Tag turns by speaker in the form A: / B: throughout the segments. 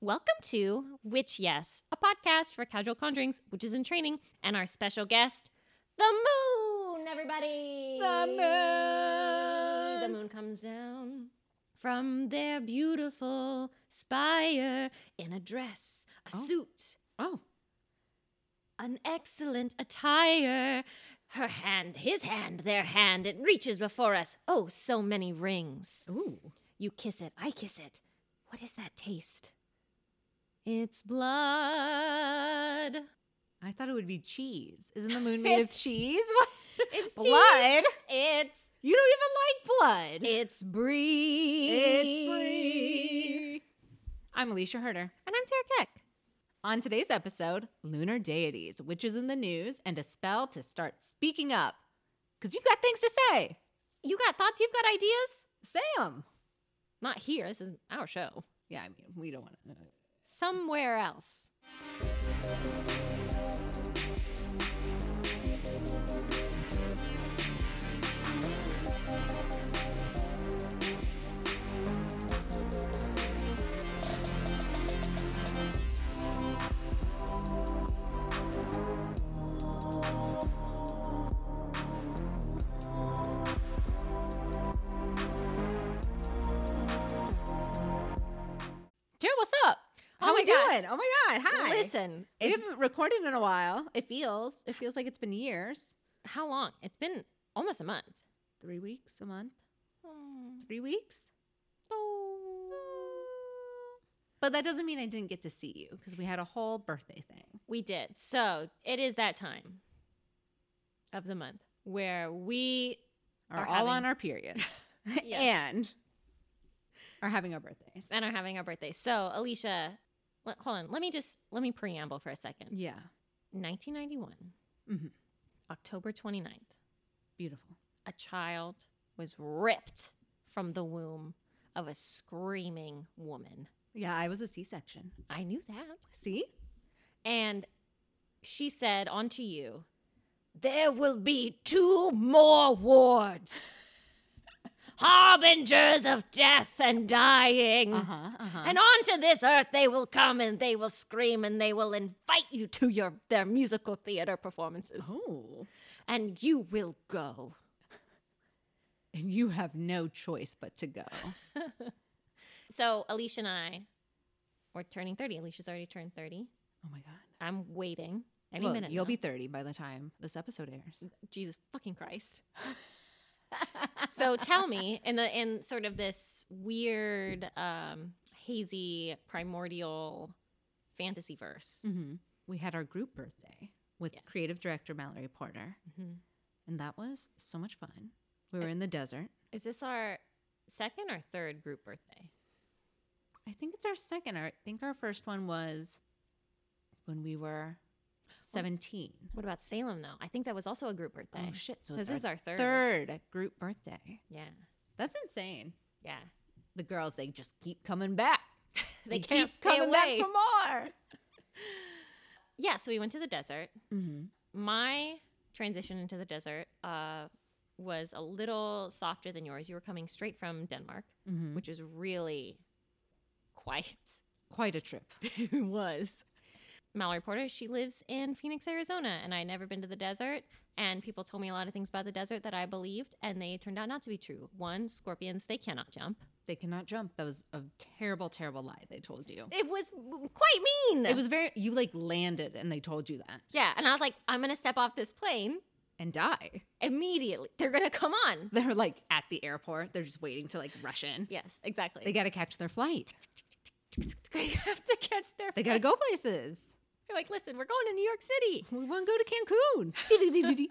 A: Welcome to Witch Yes, a podcast for casual conjurings, witches in training, and our special guest, the moon, everybody.
B: The moon.
A: The moon comes down from their beautiful spire in a dress, a
B: Oh.
A: suit,
B: Oh,
A: an excellent attire. Her hand, his hand, their hand, it reaches before us. Oh, so many rings.
B: ooh.
A: You kiss it. I kiss it. What is that taste? It's blood.
B: I thought it would be cheese. Isn't the moon made of
A: It's-
B: cheese? What?
A: It's cheese.
B: blood?
A: It's
B: You don't even like blood.
A: it's Brie.
B: It's Brie. I'm Alicia Herder.
A: And I'm Tara Keck.
B: On today's episode, lunar deities, witches in the news, and a spell to start speaking up. Because you've got things to say.
A: You got thoughts? You've got ideas?
B: Say 'em.
A: Not here. This is our show.
B: Yeah, I mean, we don't uh, want to.
A: Somewhere else.
B: Tara, what's up?
A: Oh
B: How
A: my
B: we
A: gosh.
B: doing? Oh my God. Hi.
A: Listen,
B: We
A: it's
B: haven't recorded in a while. It feels. It feels like it's been years.
A: how long? It's been almost a month.
B: Three weeks, a month, three weeks. But that doesn't mean I didn't get to see you because we had a whole birthday thing.
A: We did. So it is that time of the month where we
B: Are
A: Are
B: all
A: having-
B: on our periods
A: Yes.
B: and are having our birthdays.
A: and are having our birthday. So Alicia, le- hold on. Let me just let me preamble for a second.
B: Yeah,
A: 1991,
B: Mhm.
A: October 29th,
B: beautiful.
A: a child was ripped from the womb of a screaming woman.
B: Yeah, I was a C-section.
A: I knew that.
B: See?
A: And she said onto you, There will be two more wards. Harbingers of death and dying.
B: Uh huh. Uh huh.
A: And onto this earth they will come and they will scream and they will invite you to your their musical theater performances.
B: Oh,
A: And you will go.
B: and you have no choice but to go. Oh
A: So Alicia and I were turning 30. Alicia's already turned 30.
B: Oh my God.
A: I'm waiting any
B: Well,
A: minute.
B: you'll
A: now. Mm-hmm.
B: be 30 by the time this episode airs.
A: Jesus fucking Christ. so tell me in the in sort of this weird um hazy primordial fantasy verse
B: hmm We had our group birthday with
A: Yes.
B: creative director Mallory Porter,
A: Mhm.
B: and that was so much fun. We were in the desert.
A: is this our second or third group birthday
B: I think it's our second. Our, I think our first one was when we were Oh. 17.
A: what about salem though i think that was also a group birthday
B: Oh, shit. So
A: this
B: it's
A: is our third.
B: third group birthday.
A: yeah
B: That's insane.
A: yeah
B: The girls, they just keep coming back.
A: they can't
B: keep
A: stay
B: coming
A: away
B: back for more.
A: yeah so we went to the desert
B: Mm-hmm.
A: my transition into the desert uh was a little softer than yours you were coming straight from denmark
B: Mm-hmm.
A: which is really quite
B: Quite a trip.
A: it was. Mallory Porter, she lives in Phoenix, Arizona, and I had never been to the desert. And people told me a lot of things about the desert that I believed, and they turned out not to be true. One, scorpions, they cannot jump.
B: They cannot jump. That was a terrible, terrible lie they told you.
A: It was quite mean.
B: It was very, you like landed and they told you that
A: yeah. And I was like, I'm going to step off this plane
B: and die.
A: immediately. They're going to come on.
B: They're like at the airport. They're just waiting to like rush in.
A: Yes, exactly.
B: They got to catch their flight.
A: They have to catch their.
B: They got to go places.
A: They're like, listen, we're going to New York City.
B: We want to go to Cancun.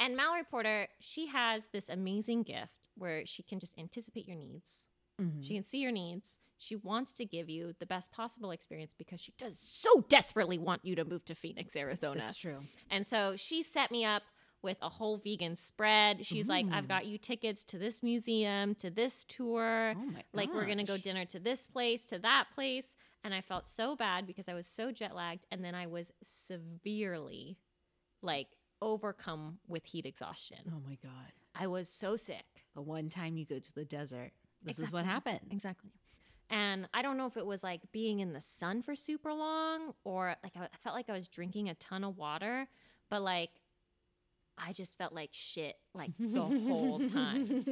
A: And Mallory Porter, she has this amazing gift where she can just anticipate your needs.
B: Mm-hmm.
A: She can see your needs. She wants to give you the best possible experience because she does so desperately want you to move to Phoenix, Arizona.
B: That's true.
A: And so she set me up with a whole vegan spread. She's like, I've
B: Ooh.
A: got you tickets to this museum, to this tour.
B: Oh my
A: Like, we're going to go
B: gosh.
A: dinner to this place, to that place. And I felt so bad because I was so jet lagged. And then I was severely, like, overcome with heat exhaustion.
B: Oh my god!
A: I was so sick.
B: The one time you go to the desert, this is
A: Exactly.
B: what happens.
A: Exactly. And I don't know if it was like being in the sun for super long or like I I felt like I was drinking a ton of water, but like I just felt like shit like the whole time.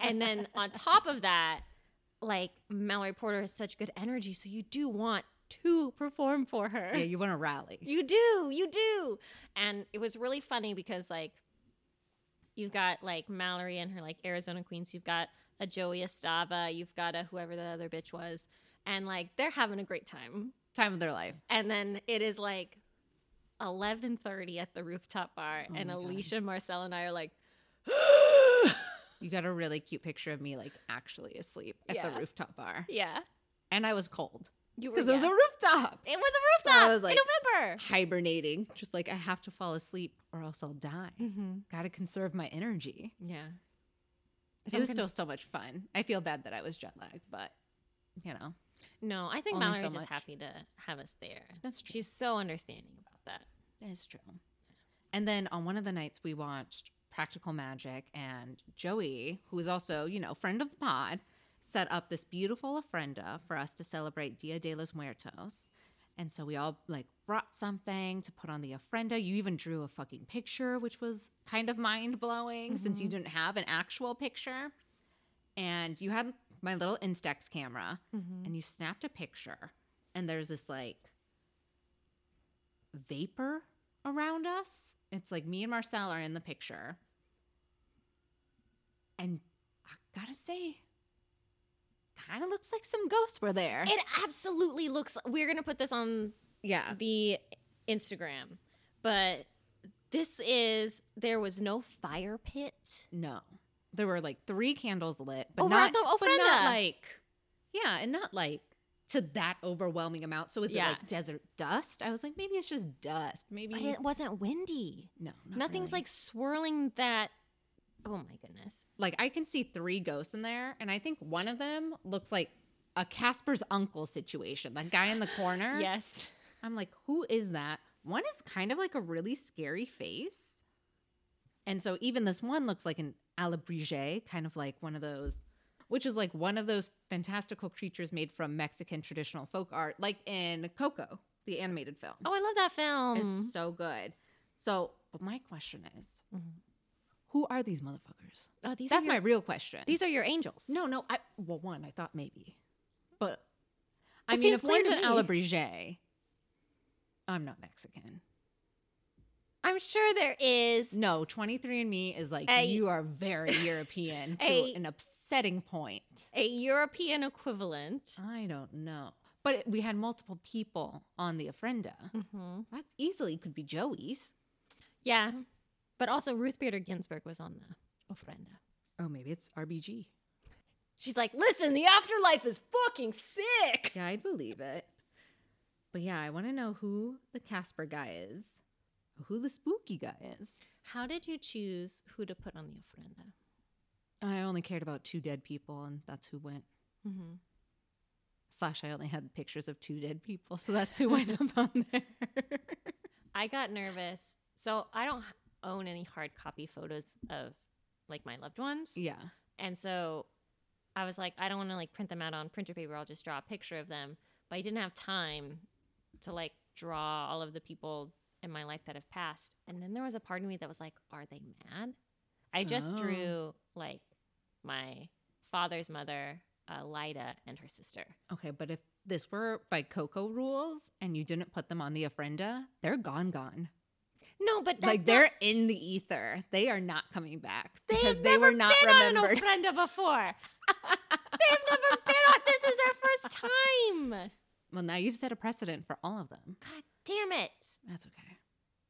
A: And then on top of that, like Mallory Porter has such good energy, so you do want to perform for her.
B: yeah, you want to rally.
A: You do, you do. And it was really funny because like you've got like Mallory and her like Arizona Queens, you've got a Joey Estava, you've got a whoever that other bitch was, and like they're having a great time.
B: Time of their life.
A: And then it is like eleven thirty at the rooftop bar,
B: Oh
A: and
B: my God.
A: Alicia, Marcel, and I are like
B: You got a really cute picture of me like actually asleep at
A: Yeah.
B: the rooftop bar.
A: Yeah.
B: And I was cold
A: You were
B: because it was
A: yeah.
B: a rooftop.
A: it was a
B: So I
A: rooftop
B: was, like,
A: in November.
B: Hibernating, just like I have to fall asleep or else I'll die.
A: Mm-hmm.
B: Got to conserve my energy.
A: Yeah. If
B: It
A: I'm
B: was
A: gonna-
B: still so much fun. I feel bad that I was jet lagged, but you know,
A: no, I think
B: only
A: Mallory's
B: so
A: just
B: much.
A: happy to have us there.
B: that's true.
A: She's so understanding about that.
B: That's true. And then on one of the nights we watched Practical Magic and Joey, who is also, you know, friend of the pod, set up this beautiful ofrenda for us to celebrate Dia de los Muertos. And so we all like brought something to put on the ofrenda. You even drew a fucking picture, which was kind of mind blowing since you
A: Mhm.
B: didn't have an actual picture. And you had my little Instax camera and you snapped a picture and there's this like vapor around us it's like me and marcel are in the picture and i gotta say kind of looks like some ghosts were there
A: It absolutely looks. We're gonna put this on
B: yeah
A: the Instagram, but this is there was no fire pit.
B: no there were like three candles lit but
A: Over
B: not
A: at the
B: but not
A: ofrenda.
B: like yeah and not like to that overwhelming amount so is
A: Yeah.
B: it like desert dust i was like maybe it's just dust maybe
A: But it wasn't windy.
B: no not
A: Nothing's
B: really.
A: like swirling that. Oh my goodness!
B: like I can see three ghosts in there, and I think one of them looks like a Casper's uncle situation. That guy in the corner.
A: Yes,
B: I'm like, who is that? One is kind of like a really scary face. And so even this one looks like an alabrije, kind of like one of those, which is like one of those fantastical creatures made from Mexican traditional folk art, like in Coco, the animated film.
A: Oh, I love that film.
B: It's so good. So, but my question is,
A: Mhm.
B: who are these motherfuckers?
A: Oh, these
B: That's
A: are your,
B: my real question.
A: these are your angels.
B: No, no. I well, one I thought maybe, but I
A: It
B: mean,
A: seems
B: if one's
A: clear
B: an
A: to
B: alabrije, I'm not Mexican.
A: I'm sure there is.
B: No, 23andMe is like
A: Hey.
B: you are very European to
A: Hey.
B: an upsetting point.
A: A European equivalent.
B: I don't know, but it, we had multiple people on the ofrenda.
A: hmm
B: That easily could be Joey's.
A: Yeah, but also Ruth Bader Ginsburg was on the ofrenda.
B: Oh, maybe it's RBG.
A: She's like, listen, the afterlife is fucking sick.
B: Yeah, I'd believe it. But yeah, I want to know who the Casper guy is, who the spooky guy is.
A: How did you choose who to put on the ofrenda?
B: I only cared about two dead people, and that's who went.
A: Mm-hmm.
B: Slash, I only had pictures of two dead people, so that's who went up on there.
A: I got nervous. So I don't h- own any hard copy photos of like my loved ones.
B: yeah.
A: And so I was like, I don't want to like print them out on printer paper. I'll just draw a picture of them. But I didn't have time to like draw all of the people in my life that have passed. And then there was a part of me that was like, are they mad? I just
B: Oh.
A: drew like my father's mother, uh, Lida, and her sister.
B: Okay, but if this were by Coco rules and you didn't put them on the ofrenda, they're gone, gone.
A: No, but that's
B: like
A: not-
B: they're in the ether. They are not coming back
A: they
B: because
A: have
B: they
A: never
B: were not
A: been on an
B: remembered.
A: ofrenda before. They've never been on. This is their first time.
B: well, now you've set a precedent for all of them.
A: God damn it!
B: That's okay.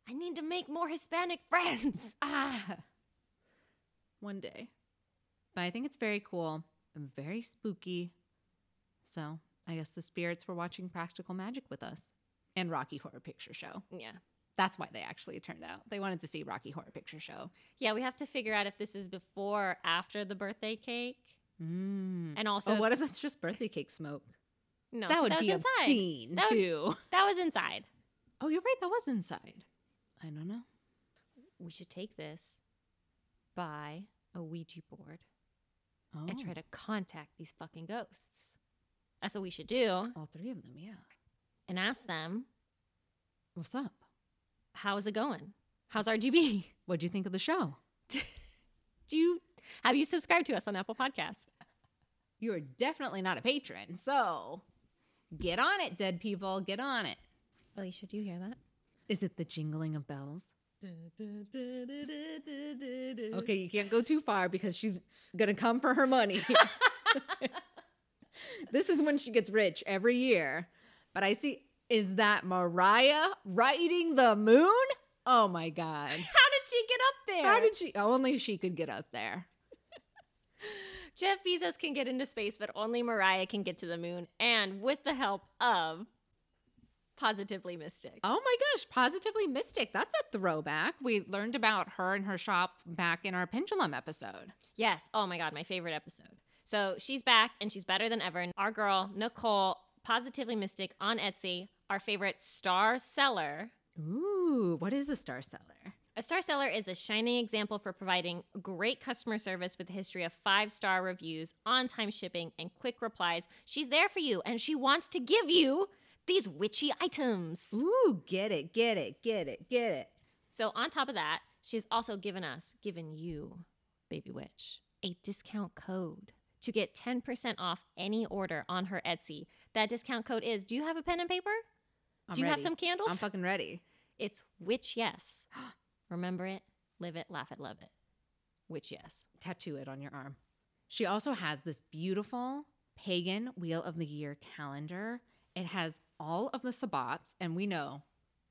A: I need to make more Hispanic friends.
B: Ah, one day. But I think it's very cool and very spooky. So I guess the spirits were watching Practical Magic with us and Rocky Horror Picture Show.
A: Yeah.
B: That's why they actually turned out. They wanted to see Rocky Horror Picture Show.
A: Yeah, we have to figure out if this is before or after the birthday cake.
B: Mm.
A: And also,
B: So what if that's just birthday cake smoke?
A: no, 'cause
B: that would
A: was
B: be
A: inside.
B: obscene
A: That would-
B: too.
A: That was inside.
B: Oh, you're right. That was inside. I don't know.
A: We should take this, buy a Ouija board,
B: Oh.
A: and try to contact these fucking ghosts. That's what we should do.
B: All three of them, yeah.
A: And ask them,
B: What's up?
A: how is it going? How's RGB?
B: What'd you think of the show?
A: Do you have you subscribed to us on Apple Podcast?
B: You're definitely not a patron, so get on it, dead people. Get on it.
A: Alicia, do you hear that?
B: Is it the jingling of bells? Okay, you can't go too far because she's gonna come for her money. this is when she gets rich every year. But I see, is that Mariah riding the moon? Oh my
A: How
B: God.
A: did she get up there?
B: How did she? Only she could get up there.
A: Jeff Bezos can get into space, but only Mariah can get to the moon, and with the help of Positively Mystic.
B: Oh my gosh, Positively Mystic. That's a throwback. We learned about her and her shop back in our Pendulum episode.
A: Yes. Oh my God, my favorite episode. So she's back and she's better than ever. And our girl, Nicole, Positively Mystic on Etsy, our favorite star seller.
B: Ooh, what is a star seller?
A: A star seller is a shining example for providing great customer service with a history of five star reviews, on time shipping, and quick replies. She's there for you and she wants to give you these witchy items.
B: Ooh, get it, get it, get it, get it.
A: So, on top of that, she's also given us, given you, Baby Witch, a discount code to get 10% off any order on her Etsy. That discount code is do you have a pen and paper?
B: I'm
A: do you have
B: ready.
A: some candles?
B: I'm fucking ready.
A: it's Witch Yes. Remember it, live it, laugh it, love it. Witch Yes.
B: tattoo it on your arm. She also has this beautiful pagan wheel of the year calendar. It has all of the sabbats, and we know,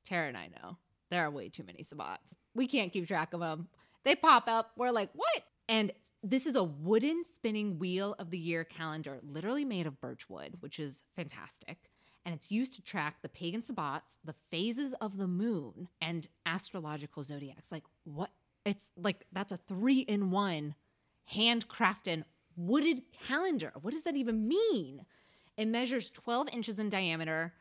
B: Tara and I know, there are way too many sabbats. We can't keep track of them. They pop up. We're like, what? And this is a wooden spinning wheel of the year calendar, literally made of birch wood, which is fantastic. And it's used to track the pagan sabbats, the phases of the moon, and astrological zodiacs. Like, what? It's like that's a three in one handcrafted wooded calendar. What does that even mean? It measures 12 inches in diameter,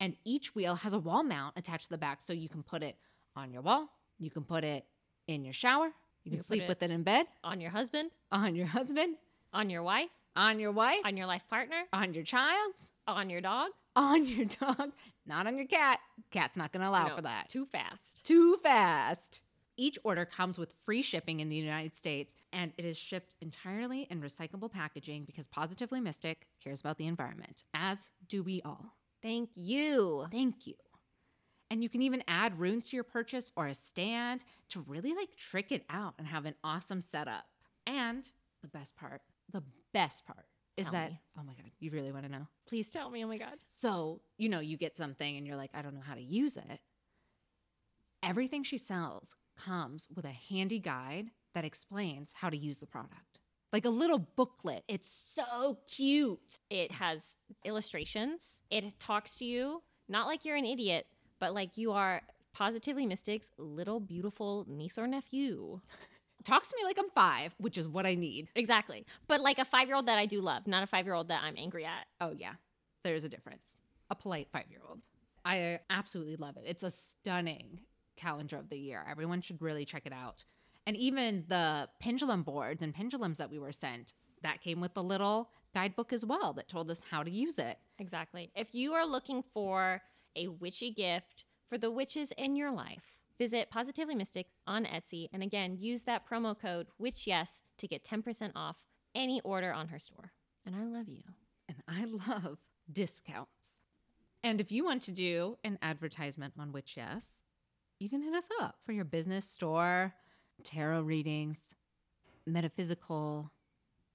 B: and each wheel has a wall mount attached to the back so you can put it on your wall, you can put it in your shower, you can
A: can put
B: sleep
A: it-
B: with it in bed,
A: On your husband,
B: on your husband,
A: on your wife,
B: on your wife,
A: on your life partner,
B: on your child,
A: on your dog.
B: on your dog, not on your cat. Cat's not going to allow
A: No,
B: for that.
A: Too fast.
B: Too fast. Each order comes with free shipping in the United States, and it is shipped entirely in recyclable packaging because Positively Mystic cares about the environment, as do we all.
A: Thank you.
B: Thank you. And you can even add runes to your purchase or a stand to really like trick it out and have an awesome setup. And the best part, the best part is
A: Tell
B: that,
A: me.
B: oh my God, you really want to know?
A: Please tell me. Oh my God.
B: So, you know, you get something and you're like, I don't know how to use it. Everything she sells comes with a handy guide that explains how to use the product. Like a little booklet. It's so cute.
A: It has illustrations. It talks to you, not like you're an idiot, but like you are positively mystic's little beautiful niece or nephew.
B: Talks to me like I'm five, which is what I need.
A: Exactly. But like a five year old that I do love, not a five year old that I'm angry at.
B: Oh, yeah. There's a difference. A polite five year old. I absolutely love it. It's a stunning calendar of the year. Everyone should really check it out. And even the pendulum boards and pendulums that we were sent, that came with the little guidebook as well that told us how to use it.
A: Exactly. If you are looking for a witchy gift for the witches in your life, visit Positively Mystic on Etsy and again use that promo code WitchYes to get 10% off any order on her store. And I love you.
B: And I love discounts. And if you want to do an advertisement on Witch Yes, you can hit us up for your business store, tarot readings, metaphysical,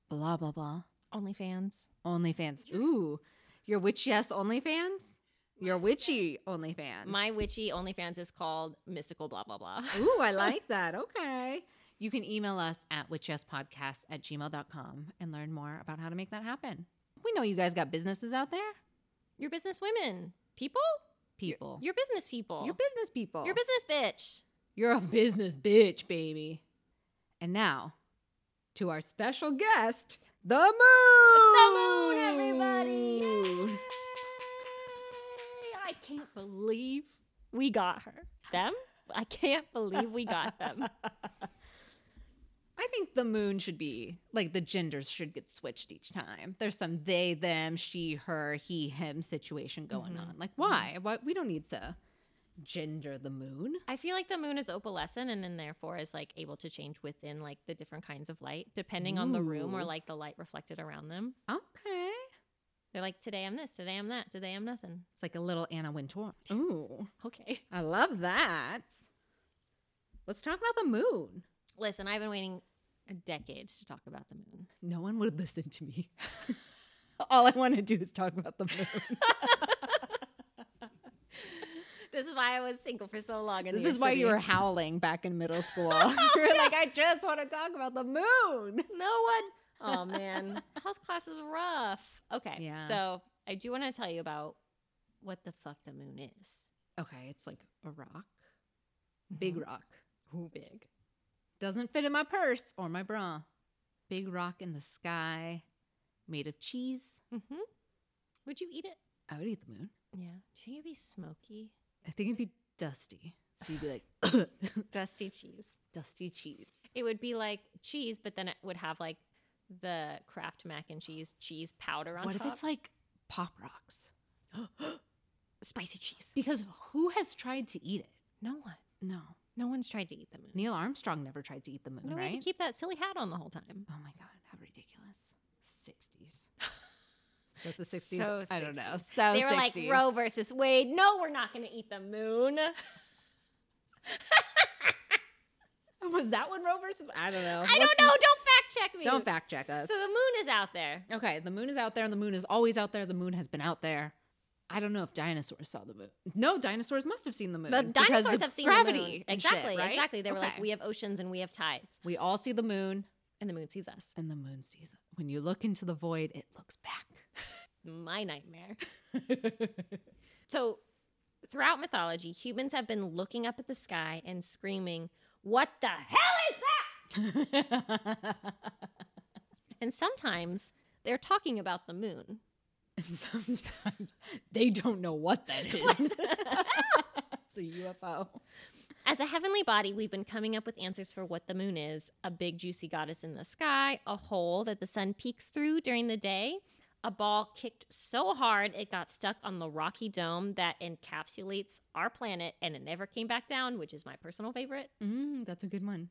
B: blah, blah, blah.
A: OnlyFans.
B: OnlyFans. Ooh, your witch yes OnlyFans. Your witchy OnlyFans.
A: My witchy OnlyFans is called Mystical Blah Blah Blah.
B: Ooh, I like that. Okay. You can email us at witchyespodcast at gmail.com and learn more about how to make that happen. We know you guys got businesses out there.
A: Your business women. People?
B: People.
A: Your business people.
B: You're business people.
A: Your business bitch.
B: You're a business bitch, baby. And now, to our special guest, the moon. The
A: moon, everybody. Yay! I can't believe we got her. Them? I can't believe we got them.
B: I think think the moon should be like the genders should get switched each time. There's some they, them, she, her, he, him situation going
A: Mhm.
B: on. Like why? Why we don't need to gender the moon?
A: I feel like the moon is opalescent and then therefore is like able to change within like the different kinds of light depending on the room or
B: Ooh.
A: like the light reflected around them.
B: Okay.
A: They're like today I'm this, today I'm that, today I'm nothing.
B: It's like a little Anna Wintour. Ooh,
A: Okay.
B: I love that. Let's talk about the moon.
A: Listen, I've been waiting decades to talk about the moon.
B: No one would listen to me. All I want to do is talk about the moon.
A: This is why I was single for so long. In
B: this
A: New
B: is
A: York
B: why you
A: City.
B: were howling back in middle school. you were like, I just want to talk about the moon.
A: No one. Oh man, health class is rough. Okay,
B: Yeah.
A: so I do want to tell you about what the fuck the moon is.
B: Okay, it's like a rock,
A: Mm-hmm.
B: big rock.
A: Who big?
B: Doesn't fit in my purse or my bra. Big rock in the sky, made of cheese.
A: Mm-hmm. Would you eat it?
B: I would eat the moon.
A: Yeah. Do you think it'd be smoky,
B: I think it'd be dusty. So you'd be like,
A: dusty cheese?
B: dusty cheese.
A: It would be like cheese, but then it would have like the Kraft mac and cheese cheese powder on
B: what
A: top.
B: if it's like pop rocks?
A: spicy cheese?
B: Because who has tried to eat it?
A: No one.
B: No.
A: No one's tried to eat the moon.
B: Neil Armstrong never tried to eat the moon,
A: no, we
B: right?
A: had to keep that silly hat on the whole time.
B: oh my God, how ridiculous. 60s. Is that the 60s?
A: So
B: I don't know.
A: 60s.
B: So
A: they were
B: 60s.
A: like Roe versus Wade. No, we're not going to eat the moon.
B: Oh, Was that one Roe versus? I don't know.
A: I don't know. Don't fact check me.
B: Don't fact check us.
A: So the moon is out there.
B: Okay, the moon is out there, and the moon is always out there. The moon has been out there. I don't know if dinosaurs saw the moon. No, dinosaurs must have seen the moon.
A: The
B: because
A: dinosaurs
B: of
A: have seen
B: gravity.
A: The moon.
B: and shit,
A: Exactly.
B: right?
A: Exactly. They were like,
B: Okay.
A: we have oceans and we have tides,
B: we all see the moon,
A: and the moon sees us.
B: and the moon sees it. When you look into the void, it looks
A: My nightmare.
B: back.
A: So throughout mythology, humans have been looking up at the sky and screaming, "What the hell is that?" And sometimes they're talking about the moon.
B: and sometimes they don't know what that is. it's a UFO.
A: As a heavenly body, we've been coming up with answers for what the moon is a big, juicy goddess in the sky, a hole that the sun peeks through during the day, a ball kicked so hard it got stuck on the rocky dome that encapsulates our planet and it never came back down, which is my personal favorite.
B: Mm, that's a good one.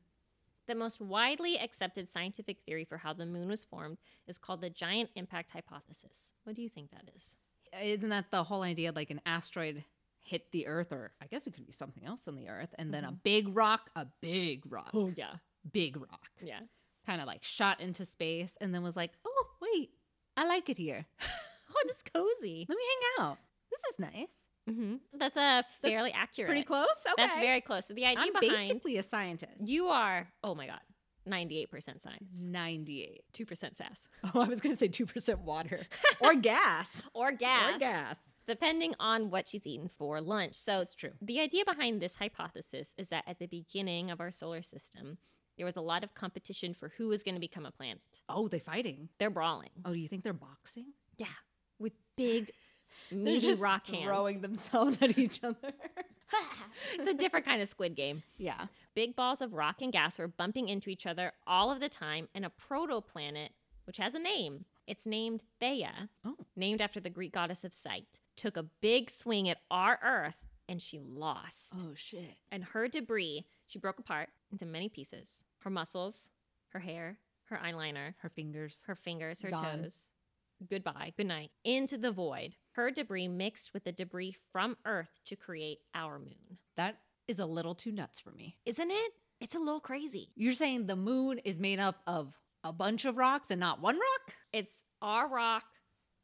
A: The most widely accepted scientific theory for how the moon was formed is called the giant impact hypothesis. What do you think that is?
B: Isn't that the whole idea? Like an asteroid hit the Earth, or I guess it could be something else on the Earth, and then a big rock, a big rock,
A: Mm-hmm. Oh, yeah.
B: big rock,
A: Yeah.
B: kind of like shot into space, and then was like, oh, wait, I like it here.
A: Oh, this is cozy.
B: Let me hang out. This is nice.
A: hmm That's a fairly accurate.
B: Pretty close. Okay.
A: That's very close. So the idea
B: I'm
A: behind
B: basically a scientist.
A: You are, oh my God, 98% science,
B: 98.
A: 2% sass,
B: Oh, I was going to say 2% water or gas.
A: or gas,
B: Or gas.
A: depending on what she's eaten for lunch. So,
B: That's true.
A: the idea behind this hypothesis is that at the beginning of our solar system, there was a lot of competition for who was going to become a planet.
B: Oh, they fighting.
A: They're brawling
B: Oh, do you think they're boxing?
A: with big,
B: They're
A: meaty
B: just
A: rock
B: throwing
A: hands.
B: themselves at each other.
A: it's a different kind of squid game.
B: yeah.
A: Big balls of rock and gas were bumping into each other all of the time, and a protoplanet, which has a name, it's named Theia,
B: Oh.
A: named after the Greek goddess of sight, took a big swing at our Earth and she lost.
B: Oh shit.
A: And her debris, she broke apart into many pieces her muscles, her hair, her eyeliner,
B: Her fingers.
A: her fingers, her
B: Gone.
A: toes. Goodbye, good night. Into the void. Her debris mixed with the debris from Earth to create our moon.
B: That is a little too nuts for me.
A: Isn't it? It's a little crazy.
B: You're saying the moon is made up of a bunch of rocks and not one rock?
A: it's our rock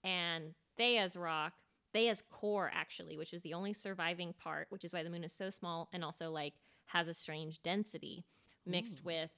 A: and Theia's rock. Theia's core, actually, which is the only surviving part, which is why the moon is so small and also like has a strange density mixed
B: Ooh.
A: with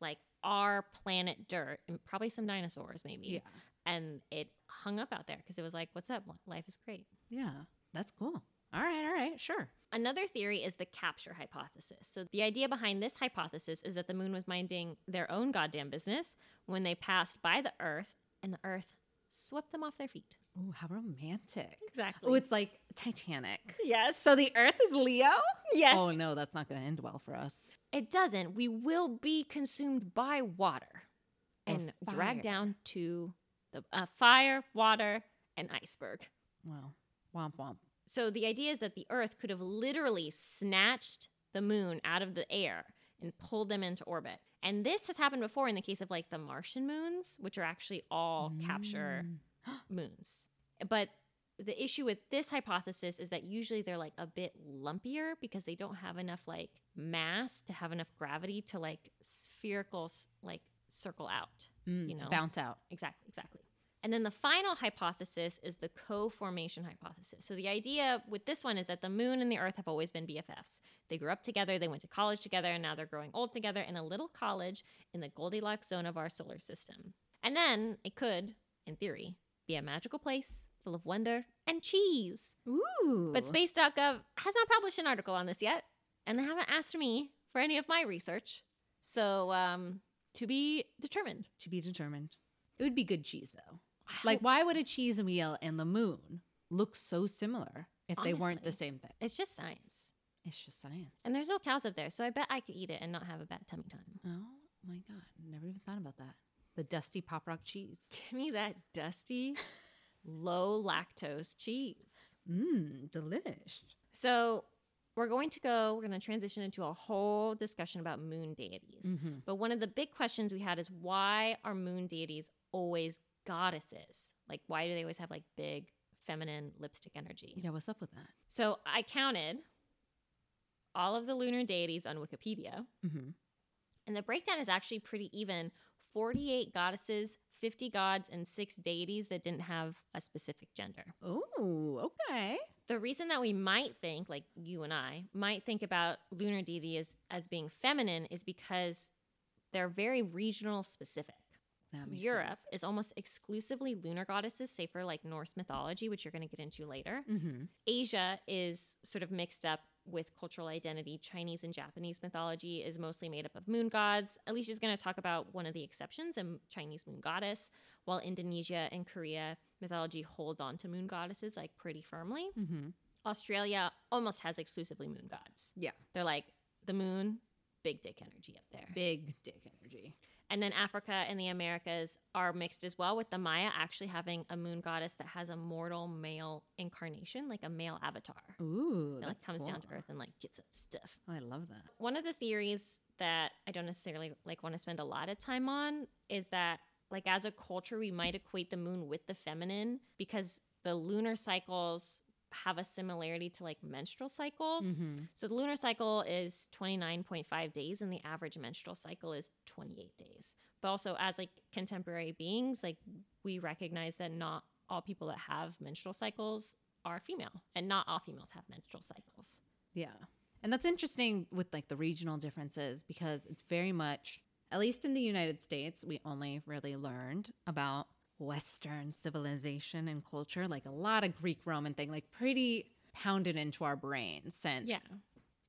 A: like our planet dirt and probably some dinosaurs, maybe. And it hung up out there because it was like, what's up? Life is great.
B: Yeah. That's cool. All right, all right, sure.
A: Another theory is the capture hypothesis. So, the idea behind this hypothesis is that the moon was minding their own goddamn business when they passed by the Earth and the Earth swept them off their feet.
B: Ooh, how romantic.
A: Exactly.
B: Oh, it's like Titanic.
A: Yes.
B: So the Earth is Leo?
A: yes.
B: Oh no, that's not going to end well for us.
A: It doesn't. We will be consumed by water
B: Or
A: and dragged
B: fire.
A: down to the uh, fire, water, and iceberg.
B: Well, womp womp.
A: So the idea is that the Earth could have literally snatched the moon out of the air and pulled them into orbit. And this has happened before in the case of like the Martian moons, which are actually all capture
B: Mm.
A: moons. But the issue with this hypothesis is that usually they're like a bit lumpier because they don't have enough like mass to have enough gravity to like spherical s- like circle out.
B: Mm,
A: you
B: to
A: know.
B: bounce out.
A: Exactly, exactly. And then the final hypothesis is the co formation hypothesis. So, the idea with this one is that the moon and the earth have always been BFFs. They grew up together, they went to college together, and now they're growing old together in a little college in the Goldilocks zone of our solar system. And then it could, in theory, be a magical place full of wonder and cheese.
B: Ooh.
A: But space.gov has not published an article on this yet, and they haven't asked me for any of my research. So, um, to be determined.
B: to be determined. It would be good cheese though.
A: I
B: Like, why would a cheese wheel and the moon look so similar if they weren't the
A: Honestly.
B: same thing?
A: It's just science.
B: It's just science.
A: And there's no cows up there, so I bet I could eat it and not have a bad tummy time.
B: oh my god, never even thought about that. The dusty pop rock cheese.
A: Give me that dusty, low lactose cheese.
B: Mmm, delish.
A: So we're going to go, we're going to transition into a whole discussion about moon deities.
B: Mm-hmm.
A: But one of the big questions we had is why are moon deities always goddesses? Like, why do they always have like big feminine lipstick energy?
B: Yeah, what's up with that?
A: So I counted all of the lunar deities on Wikipedia.
B: Mm-hmm.
A: And the breakdown is actually pretty even 48 goddesses, 50 gods, and six deities that didn't have a specific gender.
B: Oh, okay.
A: The reason that we might think, like you and I, might think about lunar deities as being feminine is because they're very regional specific.
B: That makes
A: Europe is almost exclusively lunar goddesses, save for like Norse mythology, which you're going to get into later.
B: Mm-hmm.
A: Asia is sort of mixed up with cultural identity. Chinese and Japanese mythology is mostly made up of moon gods. Alicia's going to talk about one of the exceptions, a Chinese moon goddess, while Indonesia and Korea mythology holds on to moon goddesses like pretty firmly.
B: Mm-hmm.
A: Australia almost has exclusively moon gods.
B: Yeah.
A: They're like the moon, big dick energy up there.
B: Big dick energy.
A: And then Africa and the Americas are mixed as well, with the Maya actually having a moon goddess that has a mortal male incarnation, like a male avatar
B: Ooh,
A: that like
B: that's
A: comes down to
B: cool.
A: earth and like gets up stuff.
B: Oh, I love that.
A: One of the theories that I don't necessarily like want to spend a lot of time on is that like as a culture we might equate the moon with the feminine because the lunar cycles have a similarity to like menstrual cycles.
B: Mhm.
A: So the lunar cycle is 29.5 days and the average menstrual cycle is 28 days. But also as like contemporary beings, like we recognize that not all people that have menstrual cycles are female and not all females have menstrual cycles.
B: Yeah. And that's interesting with like the regional differences because it's very much, at least in the United States, we only really learned about Western civilization and culture, like a lot of Greek Roman thing, like pretty pounded into our brains since
A: Yeah,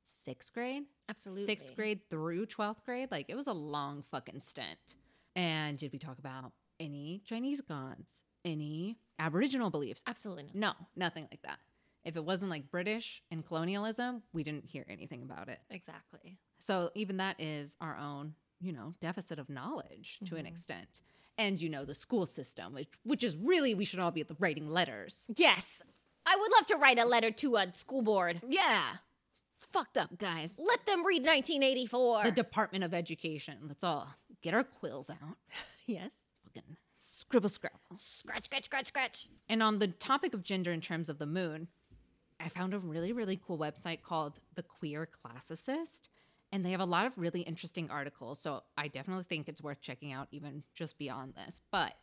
B: sixth grade.
A: absolutely.
B: Sixth grade through 12th grade. Like it was a long fucking stint. And did we talk about any Chinese gods, any Aboriginal beliefs?
A: Absolutely not.
B: No, nothing like that. If it wasn't like British and colonialism, we didn't hear anything about it.
A: Exactly.
B: So even that is our own, you know, deficit of knowledge to an
A: Mhm.
B: extent. And you know, the school system, which, which is really we should all be writing letters.
A: Yes. I would love to write a letter to a school board.
B: Yeah. It's fucked up, guys.
A: Let them read 1984.
B: The Department of Education. Let's all get our quills out.
A: yes.
B: Fucking scribble scrabble.
A: Scratch, scratch, scratch, scratch.
B: And on the topic of gender in terms of the moon, I found a really, really cool website called The Queer Classicist. And they have a lot of really interesting articles. So I definitely think it's worth checking out, even just beyond this. But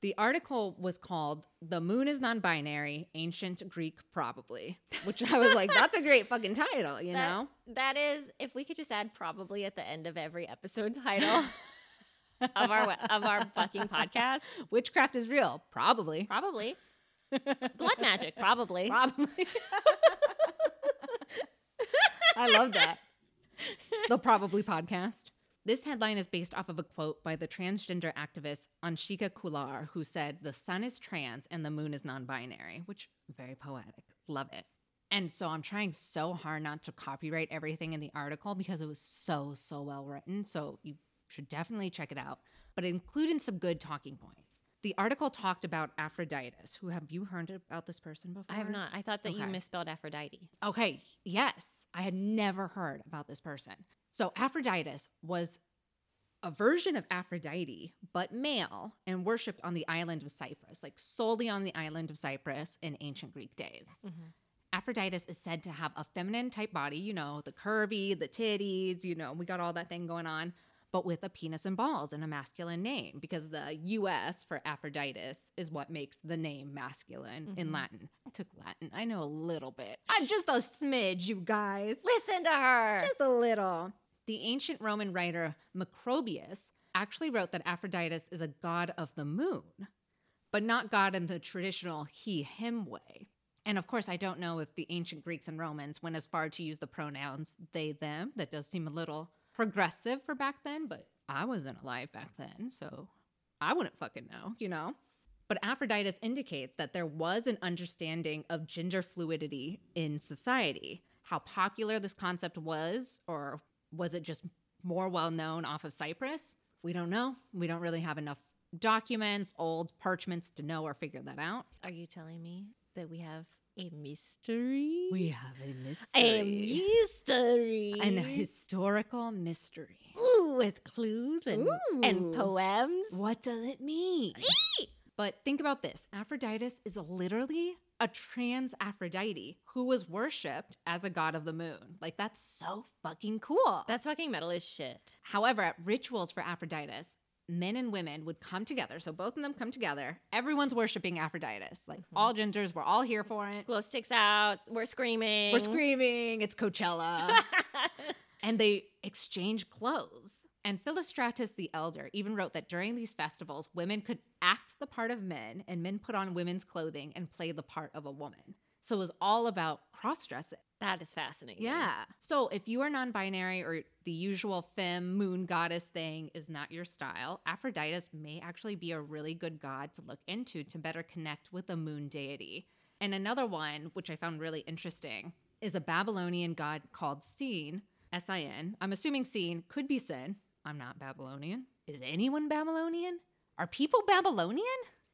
B: the article was called The Moon is Non Binary Ancient Greek Probably, which I was like, that's a great fucking title, you
A: That-
B: know?
A: That is, if we could just add probably at the end of every episode title of our of our fucking podcast,
B: Witchcraft is real, probably.
A: probably blood magic, probably.
B: Probably. I love that. The Probably Podcast. This headline is based off of a quote by the transgender activist Anshika Kular, who said, The sun is trans and the moon is non binary, which very poetic. Love it. And so I'm trying so hard not to copyright everything in the article because it was so, so well written. So you should definitely check it out, but including some good talking points. The article talked about Aphroditus, who have you heard about this person before?
A: I have not. I thought that you
B: Okay.
A: misspelled Aphrodite.
B: Okay, yes, I had never heard about this person. So Aphroditus was a version of Aphrodite, but male, and worshipped on the island of Cyprus, like solely on the island of Cyprus in ancient Greek days.
A: Mm-hmm.
B: Aphroditus is said to have a feminine type body, you know, the curvy, the titties, you know, we got all that thing going on, but with a penis and balls and a masculine name because the US for Aphroditus is what makes the name masculine in
A: Mhm.
B: Latin. I took Latin. I know a little bit. I'm just a smidge, you guys.
A: Listen to her.
B: Just a little. The ancient Roman writer Macrobius actually wrote that Aphroditus is a god of the moon, but not god in the traditional he him way. And of course, I don't know if the ancient Greeks and Romans went as far to use the pronouns they them. That does seem a little progressive for back then, but I wasn't alive back then, so I wouldn't fucking know, you know? But Aphroditus indicates that there was an understanding of gender fluidity in society. How popular this concept was, or was it just more well known off of Cyprus? We don't know. We don't really have enough documents, old parchments to know or figure that out.
A: Are you telling me that we have a mystery?
B: have a
A: a mystery.
B: An historical mystery.
A: Ooh, with clues and,
B: Ooh.
A: and poems.
B: What does it mean? But think about this Aphroditus is literally a trans Aphrodite who was worshipped as a god of the moon. Like, that's so fucking cool.
A: That's fucking metal as shit.
B: However, at rituals for Aphroditus, men and women would come together. So both of them come together. Everyone's worshiping Aphroditus. Like, all genders, we're all here for it.
A: Glow sticks out. We're screaming.
B: We're screaming. It's Coachella. and they exchange clothes. And Philostratus the Elder even wrote that during these festivals, women could act the part of men and men put on women's clothing and play the part of a woman. So it was all about cross dressing.
A: that is fascinating.
B: Yeah. So if you are non binary or the usual femme moon goddess thing is not your style, Aphroditus may actually be a really good god to look into to better connect with the moon deity. And another one, which I found really interesting, is a Babylonian god called Sin, S I N. I'm assuming Sin could be Sin. I'm not Babylonian. Is anyone Babylonian? Are people Babylonian?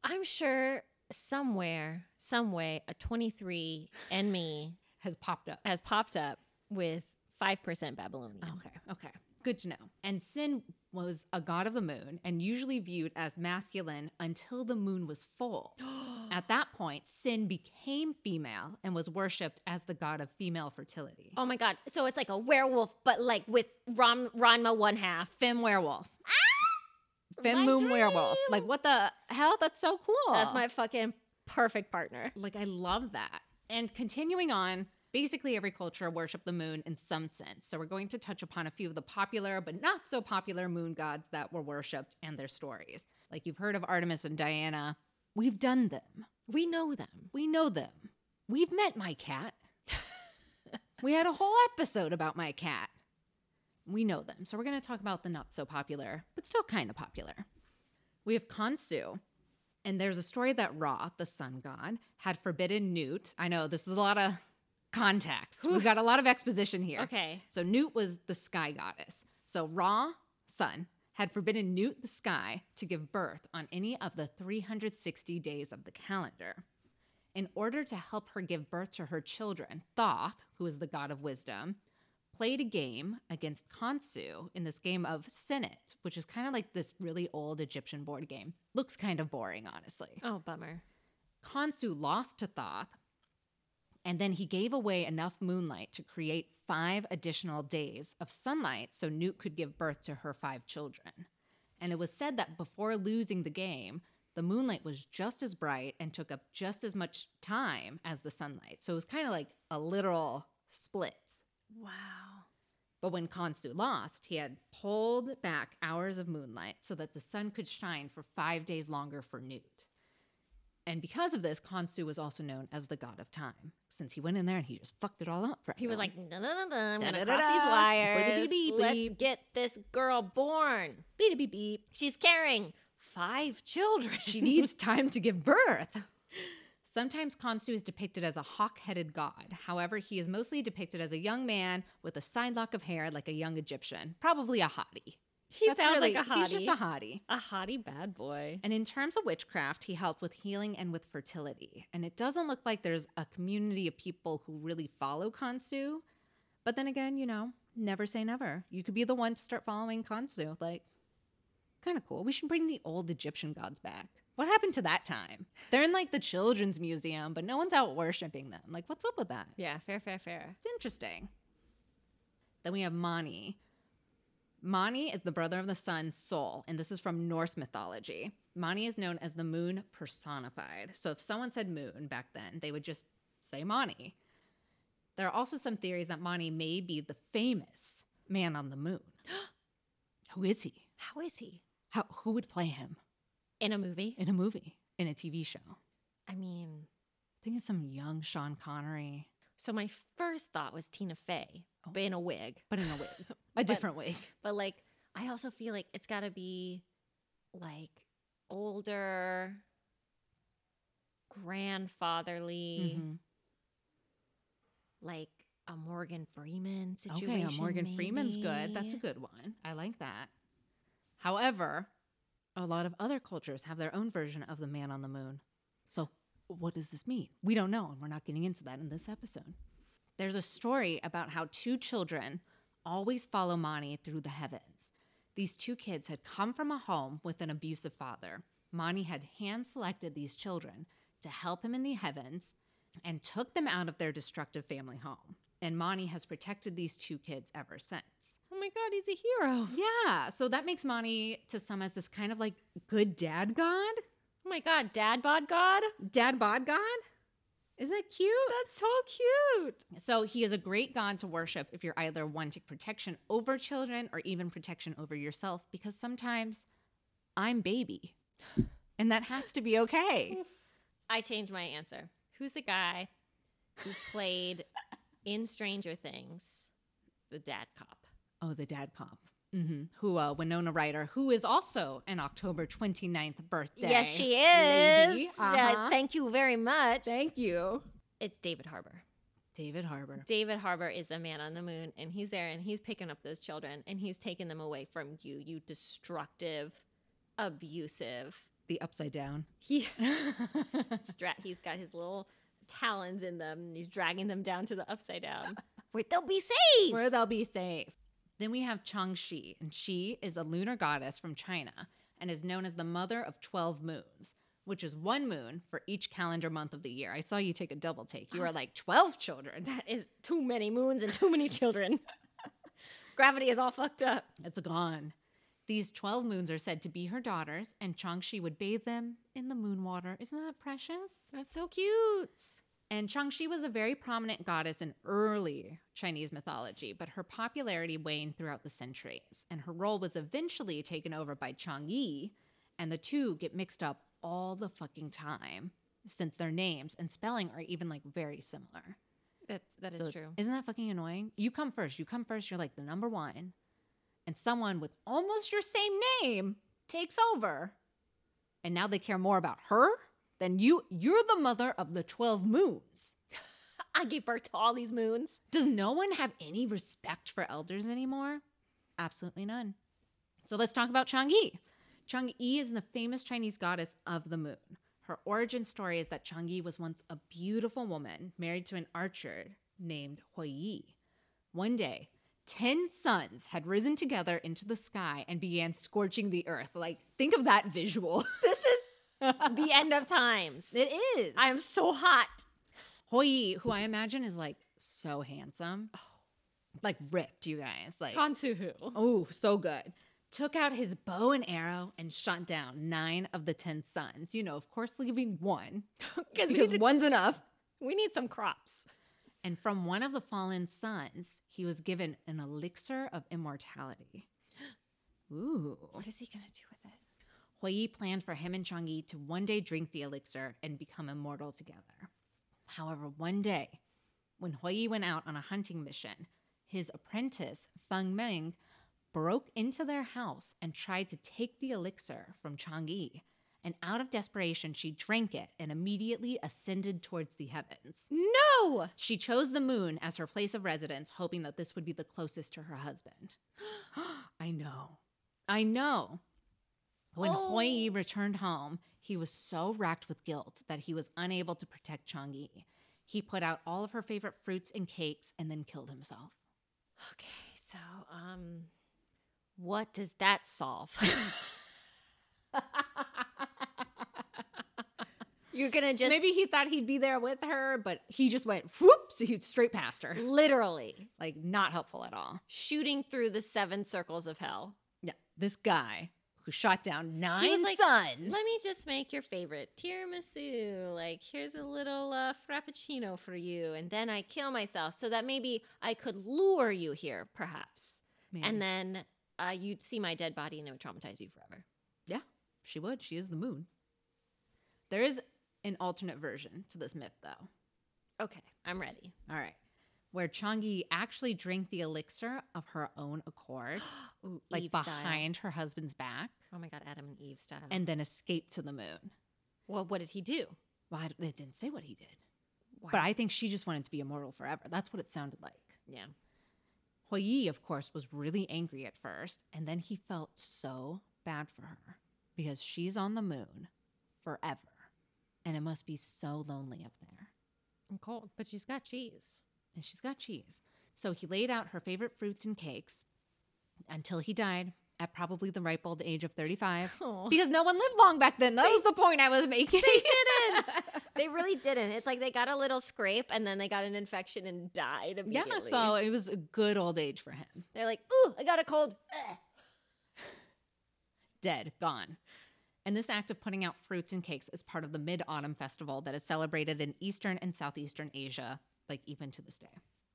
A: I'm sure somewhere, some way, a 23 and me
B: Has popped up.
A: has popped up with 5% Babylonian.
B: Okay, okay. Good to know. And Sin was a god of the moon and usually viewed as masculine until the moon was full. At that point, Sin became female and was worshipped as the god of female fertility.
A: Oh my god! So it's like a werewolf, but like with Ram Ranma one half.
B: Fem werewolf. Fem
A: Ah! My
B: moon werewolf.
A: dream.
B: Like, what the hell? That's so cool.
A: That's my fucking perfect partner.
B: Like, I love that. And continuing on, basically every culture worshiped the moon in some sense. So, we're going to touch upon a few of the popular, but not so popular moon gods that were worshipped and their stories. Like, you've heard of Artemis and Diana. We've done them,
A: We know them.
B: we know them. We've met my cat. we had a whole episode about my cat. We know them. So, we're going to talk about the not so popular, but still kind of popular. We have Khonsu, and there's a story that Ra, the sun god, had forbidden Newt. I know this is a lot of context. We've got a lot of exposition here.
A: Okay.
B: So Newt was the sky goddess. So Ra, sun, had forbidden Newt, the sky, to give birth on any of the 360 days of the calendar. In order to help her give birth to her children, Thoth, who is the god of wisdom, played a game against Khonsu in this game of Senate, which is kind of like this really old Egyptian board game. Looks kind of boring, honestly.
A: Oh bummer.
B: Khonsu lost to Thoth, and then he gave away enough moonlight to create five additional days of sunlight so Newt could give birth to her five children. And it was said that before losing the game, the moonlight was just as bright and took up just as much time as the sunlight. So it was kind of like a literal split.
A: Wow.
B: But when Khonsu lost, he had pulled back hours of moonlight so that the sun could shine for five days longer for Newt. And because of this, Khonsu was also known as the god of time, since he went in there and he just fucked it all up for
A: He was like,
B: everyone.
A: no, no, no, I'm gonna
B: Da-da-da-da.
A: cross these wires.
B: Boogity-bee-bee.
A: Let's get this girl born.
B: beep, beep, beep.
A: She's carrying five children.
B: She needs time to give birth. Sometimes Khonsu is depicted as a hawk headed god. However, he is mostly depicted as a young man with a side lock of hair like a young Egyptian, probably a hottie.
A: He
B: That's
A: sounds
B: really-
A: like a hottie.
B: He's just a hottie.
A: a hottie bad boy.
B: And in terms of witchcraft, he helped with healing and with fertility. And it doesn't look like there's a community of people who really follow Kansu. But then again, you know, never say never. You could be the one to start following Kansu. Like, kind of cool. We should bring the old Egyptian gods back. What happened to that time? They're in like the children's museum, but no one's out worshiping them. Like, what's up with that?
A: Yeah, fair, fair, fair.
B: It's interesting. Then we have Mani. Mani is the brother of the sun, Sol, and this is from Norse mythology. Mani is known as the moon personified. So if someone said moon back then, they would just say Mani. There are also some theories that Mani may be the famous man on the moon. who is he?
A: How is he
B: How, who would play him
A: in a movie?
B: in a movie, in a TV show? I
A: I mean,
B: think it's some young Sean Connery,
A: so my first thought was Tina Fey,
B: Oh.
A: but in a wig.
B: but in a wig, a different wig.
A: But like, I also feel like it's got to be like older, grandfatherly,
B: Mhm.
A: like a Morgan Freeman situation.
B: Okay, a Morgan Freeman's good. That's a
A: maybe.
B: good one. I like that. However, a lot of other cultures have their own version of the man on the moon. So, what does this mean? We don't know, and we're not getting into that in this episode. There's a story about how two children always follow Mani through the heavens. These two kids had come from a home with an abusive father. Mani had hand selected these children to help him in the heavens and took them out of their destructive family home. And Mani has protected these two kids ever since.
A: Oh my God, he's a hero.
B: Yeah, so that makes Mani to some as this kind of like good dad god,
A: Oh my God, dad bod God.
B: dad bod god. Is that cute?
A: That's so cute.
B: So he is a great god to worship if you're either wanting protection over children or even protection over yourself, because sometimes I'm baby. And that has to be okay.
A: I changed my answer. Who's the guy who played in Stranger Things the dad cop?
B: Oh, the dad cop. hmm Who, uh, Winona Ryder, who is also an October 29th birthday.
A: Yes, she is.
B: lady.
A: Yeah,
B: Uh-huh.
A: thank you very much.
B: Thank you.
A: it's David Harbour.
B: David Harbour.
A: David Harbour is a man on the moon, and he's there and he's picking up those children and he's taking them away from you, you destructive, abusive.
B: The upside down.
A: He, dra- he's got his little talons in them and he's dragging them down to the upside down where they'll be safe.
B: Where they'll be safe. Then we have Changxi, and she is a lunar goddess from China and is known as the mother of 12 moons, which is one moon for each calendar month of the year. I saw you take a double take. You were like, 12 children.
A: that is too many moons and too many children. Gravity is all fucked up.
B: It's gone. These 12 moons are said to be her daughters, and Changxi would bathe them in the moon water. Isn't that precious?
A: That's so cute.
B: And Changxi was a very prominent goddess in early Chinese mythology, but her popularity waned throughout the centuries, and her role was eventually taken over by Chang Yi, and the two get mixed up all the fucking time since their names and spelling are even like very similar.
A: That's that is
B: So it's-
A: true.
B: Isn't that fucking annoying? You come first, you come first, you're like the number one, and someone with almost your same name takes over. And now they care more about her than you. You're the mother of the 12 moons.
A: I gave birth to all these moons.
B: Does no one have any respect for elders anymore? Absolutely none. So let's talk about Chang'e. Chang'e is the famous Chinese goddess of the moon. Her origin story is that Chang'e was once a beautiful woman married to an archer named Huiyi. One day, 10 suns had risen together into the sky and began scorching the earth. Like, think of that visual.
A: This is the end of times.
B: it is.
A: I am so hot.
B: Huiyi, who I imagine is like so handsome, like ripped, you guys. Like,
A: Kansuhu.
B: Oh, so good. Took out his bow and arrow and shot down nine of the ten sons. You know, of course, leaving one
A: Because we,
B: because
A: need to-
B: one's enough.
A: we need some crops.
B: And from one of the fallen sons, he was given an elixir of immortality. Ooh.
A: is he gonna do with it?
B: Huayi planned for him and Chang'e to one day drink the elixir and become immortal together. However, one day, when Huayi went out on a hunting mission, his apprentice, Feng Meng, broke into their house and tried to take the elixir from Chang'e and out of desperation, she drank it and immediately ascended towards the heavens.
A: No.
B: She chose the moon as her place of residence, hoping that this would be the closest to her husband. I know. I know. When
A: Oh.
B: Hoi Yi returned home, he was so racked with guilt that he was unable to protect Chang Yi. He put out all of her favorite fruits and cakes and then killed himself.
A: Okay, so um what does that solve? You're going to just
B: Maybe he thought he'd be there with her, but he just went whoop, so he straight past her.
A: literally
B: Like, not helpful at all.
A: shooting through the seven circles of hell.
B: Yeah, this guy who shot down nine
A: like,
B: sons.
A: Let me just make your favorite tiramisu. Like, here's a little uh, frappuccino for you. And then I kill myself so that maybe I could lure you here, perhaps.
B: Maybe.
A: And then uh, you'd see my dead body and it would traumatize you forever.
B: Yeah, she would. She is the moon. There is an alternate version to this myth, though.
A: Okay, I'm ready.
B: All right. Where Changi actually drank the elixir of her own accord,
A: Ooh,
B: like
A: Eve style.
B: behind her husband's back,
A: Oh my God, Adam and Eve style.
B: and then escaped to the moon.
A: well, what did he do?
B: Well, I, it didn't say what he did,
A: Wow.
B: but I think she just wanted to be immortal forever. That's what it sounded like.
A: yeah.
B: Hoi Yi, of course, was really angry at first, and then he felt so bad for her because she's on the moon forever, and it must be so lonely up there.
A: I'm cold, but she's got cheese.
B: and she's got cheese. So he laid out her favorite fruits and cakes until he died at probably the ripe old age of 35.
A: Oh.
B: Because no one lived long back then. That was the point I was making. They didn't.
A: they really didn't. It's like they got a little scrape and then they got an infection and died immediately.
B: yeah, so it was a good old age for him.
A: they're like, ooh, I got a cold. Ugh.
B: Dead, gone. And this act of putting out fruits and cakes is part of the Mid Autumn Festival that is celebrated in Eastern and Southeastern Asia, like even to this day.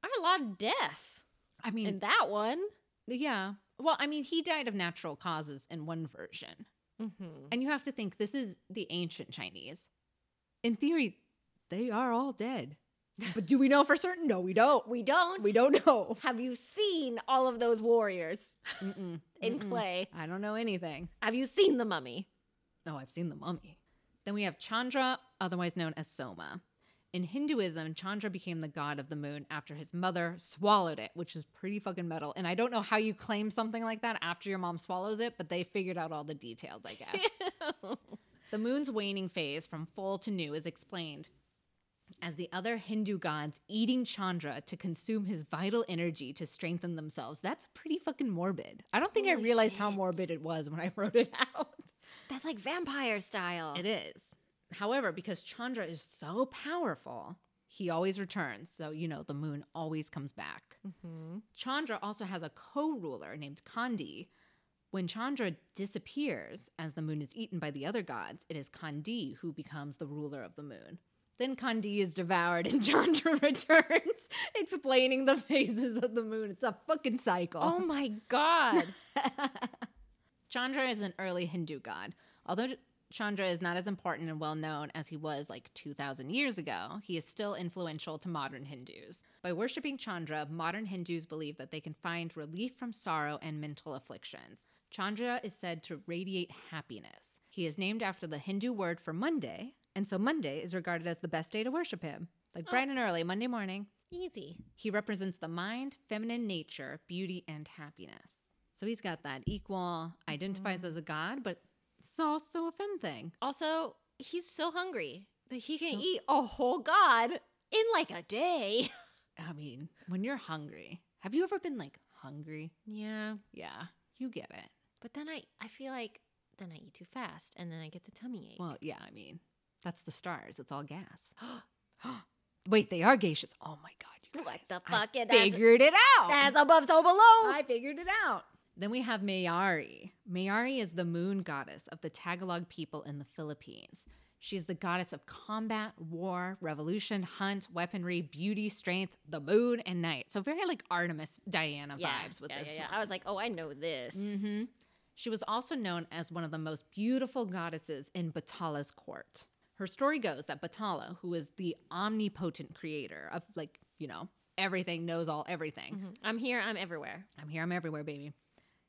A: I'm a lot of death
B: I mean,
A: in that one.
B: yeah. Well, I mean, he died of natural causes in one version.
A: Mm-hmm.
B: And you have to think this is the ancient Chinese. In theory, they are all dead. But do we know for certain? No, we don't.
A: We don't.
B: We don't know.
A: Have you seen all of those warriors
B: Mm-mm.
A: in
B: Mm-mm.
A: clay?
B: I don't know anything.
A: Have you seen the mummy?
B: Oh, I've seen the mummy. Then we have Chandra, otherwise known as Soma. In Hinduism, Chandra became the god of the moon after his mother swallowed it, which is pretty fucking metal. And I don't know how you claim something like that after your mom swallows it, but they figured out all the details, I guess. The moon's waning phase from full to new is explained as the other Hindu gods eating Chandra to consume his vital energy to strengthen themselves. That's pretty fucking morbid. I don't think I
A: Holy
B: realized how
A: shit.
B: morbid it was when I wrote it out.
A: That's like vampire style.
B: It is. However, because Chandra is so powerful, he always returns. So, you know, the moon always comes back.
A: Mm-hmm.
B: Chandra also has a co ruler named Kandi. When Chandra disappears, as the moon is eaten by the other gods, it is Kandi who becomes the ruler of the moon. Then Kandi is devoured and Chandra returns, explaining the phases of the moon. It's a fucking cycle.
A: Oh my god.
B: Chandra is an early Hindu god. Although Chandra is not as important and well known as he was like 2,000 years ago, he is still influential to modern Hindus. By worshiping Chandra, modern Hindus believe that they can find relief from sorrow and mental afflictions. Chandra is said to radiate happiness. He is named after the Hindu word for Monday, and so Monday is regarded as the best day to worship him. Like bright and early, Monday morning.
A: Easy.
B: He represents the mind, feminine nature, beauty, and happiness. So he's got that equal,
A: Mm-hmm.
B: identifies as a god, but it's also a femme thing.
A: Also, he's so hungry that he can
B: So-
A: eat a whole god in like a day.
B: I mean, when you're hungry, have you ever been like hungry?
A: Yeah.
B: Yeah, you get it.
A: But then I, I feel like then I eat too fast and then I get the tummy ache.
B: Well, yeah, I mean, that's the stars. It's all gas. Wait, they are geishas. Oh my god, you
A: What
B: guys.
A: the
B: I
A: fuck? It has-
B: figured it out.
A: As above, so below.
B: I figured it out. Then we have Mayari. Mayari is the moon goddess of the Tagalog people in the Philippines. She is the goddess of combat, war, revolution, hunt, weaponry, beauty, strength, the moon, and night. So very like Artemis Diana vibes with
A: yeah,
B: this.
A: Yeah, yeah. I was like, oh, I know this.
B: hmm She was also known as one of the most beautiful goddesses in Batala's court. Her story goes that Batala, who is the omnipotent creator of like, you know, everything, knows all everything,
A: Mhm. I'm here. I'm everywhere.
B: I'm here, I'm everywhere, baby.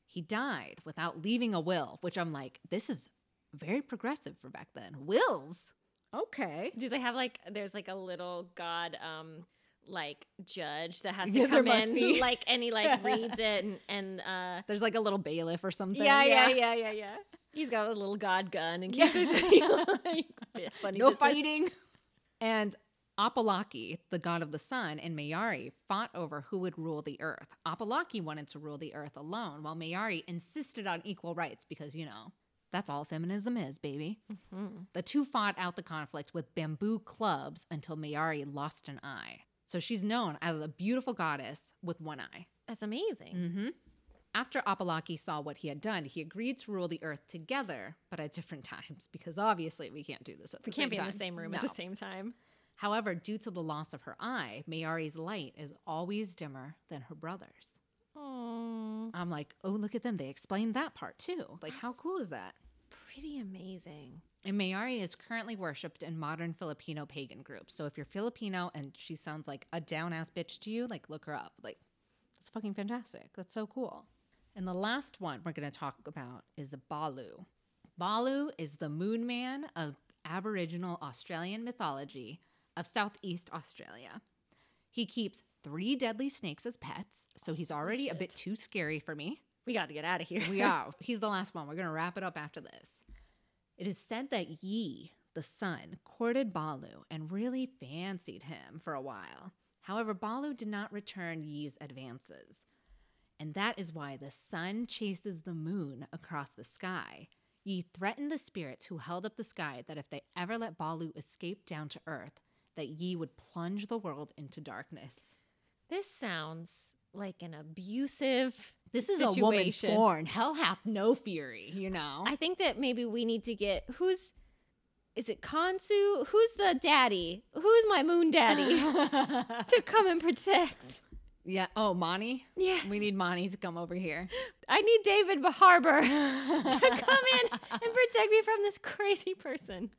B: He died without leaving a will, which I'm like, this is very progressive for back then. Wills. Okay.
A: Do they have like there's like a little god um like judge that has to
B: Yeah, there
A: come
B: must
A: in
B: be.
A: like and he like reads it and, and uh
B: There's like a little bailiff or something.
A: yeah, yeah, yeah, yeah, yeah. He's got a little god gun in
B: Yeah.
A: case there's any like bit- funny
B: No
A: business.
B: fighting. And Apalaki, the god of the sun, and Mayari fought over who would rule the earth. Apalaki wanted to rule the earth alone, while Mayari insisted on equal rights because, you know, that's all feminism is, baby.
A: Mhm.
B: The two fought out the conflict with bamboo clubs until Mayari lost an eye. So she's known as a beautiful goddess with one eye.
A: That's amazing.
B: Mm-hmm. After Apalaki saw what he had done, he agreed to rule the earth together, but at different times, because obviously we can't do this at the
A: We
B: same time.
A: can't be in the same room at the
B: No.
A: same time.
B: However, due to the loss of her eye, Mayari's light is always dimmer than her brother's.
A: Oh,
B: I'm like, oh, look at them. They explained that part too. Like, how
A: That's-
B: cool is that?
A: pretty amazing.
B: And Mayari is currently worshipped in modern Filipino pagan groups. So if you're Filipino and she sounds like a down ass bitch to you, like look her up. Like that's fucking fantastic. That's so cool. And the last one we're going to talk about is Balu. Balu is the moon man of Aboriginal Australian mythology of Southeast Australia. He keeps three deadly snakes as pets, so he's already a
A: shit.
B: bit too scary for me.
A: We got to get out of here.
B: We are. He's the last one. We're going to wrap it up after this. It is said that Yi, the sun, courted Balu and really fancied him for a while. However, Balu did not return Yi's advances. And that is why the sun chases the moon across the sky. Yi threatened the spirits who held up the sky that if they ever let Balu escape down to earth, that Yi would plunge the world into darkness.
A: This sounds like an abusive.
B: This is a woman
A: Situation.
B: scorned. Hell hath no fury, you know.
A: I think that maybe we need to get who's is it Kansu? Who's the daddy? Who's my moon daddy to come and protect?
B: yeah. Oh, Monty.
A: Yes.
B: We need Monty to come over here.
A: I need David Harbor to come in and protect me from this crazy person.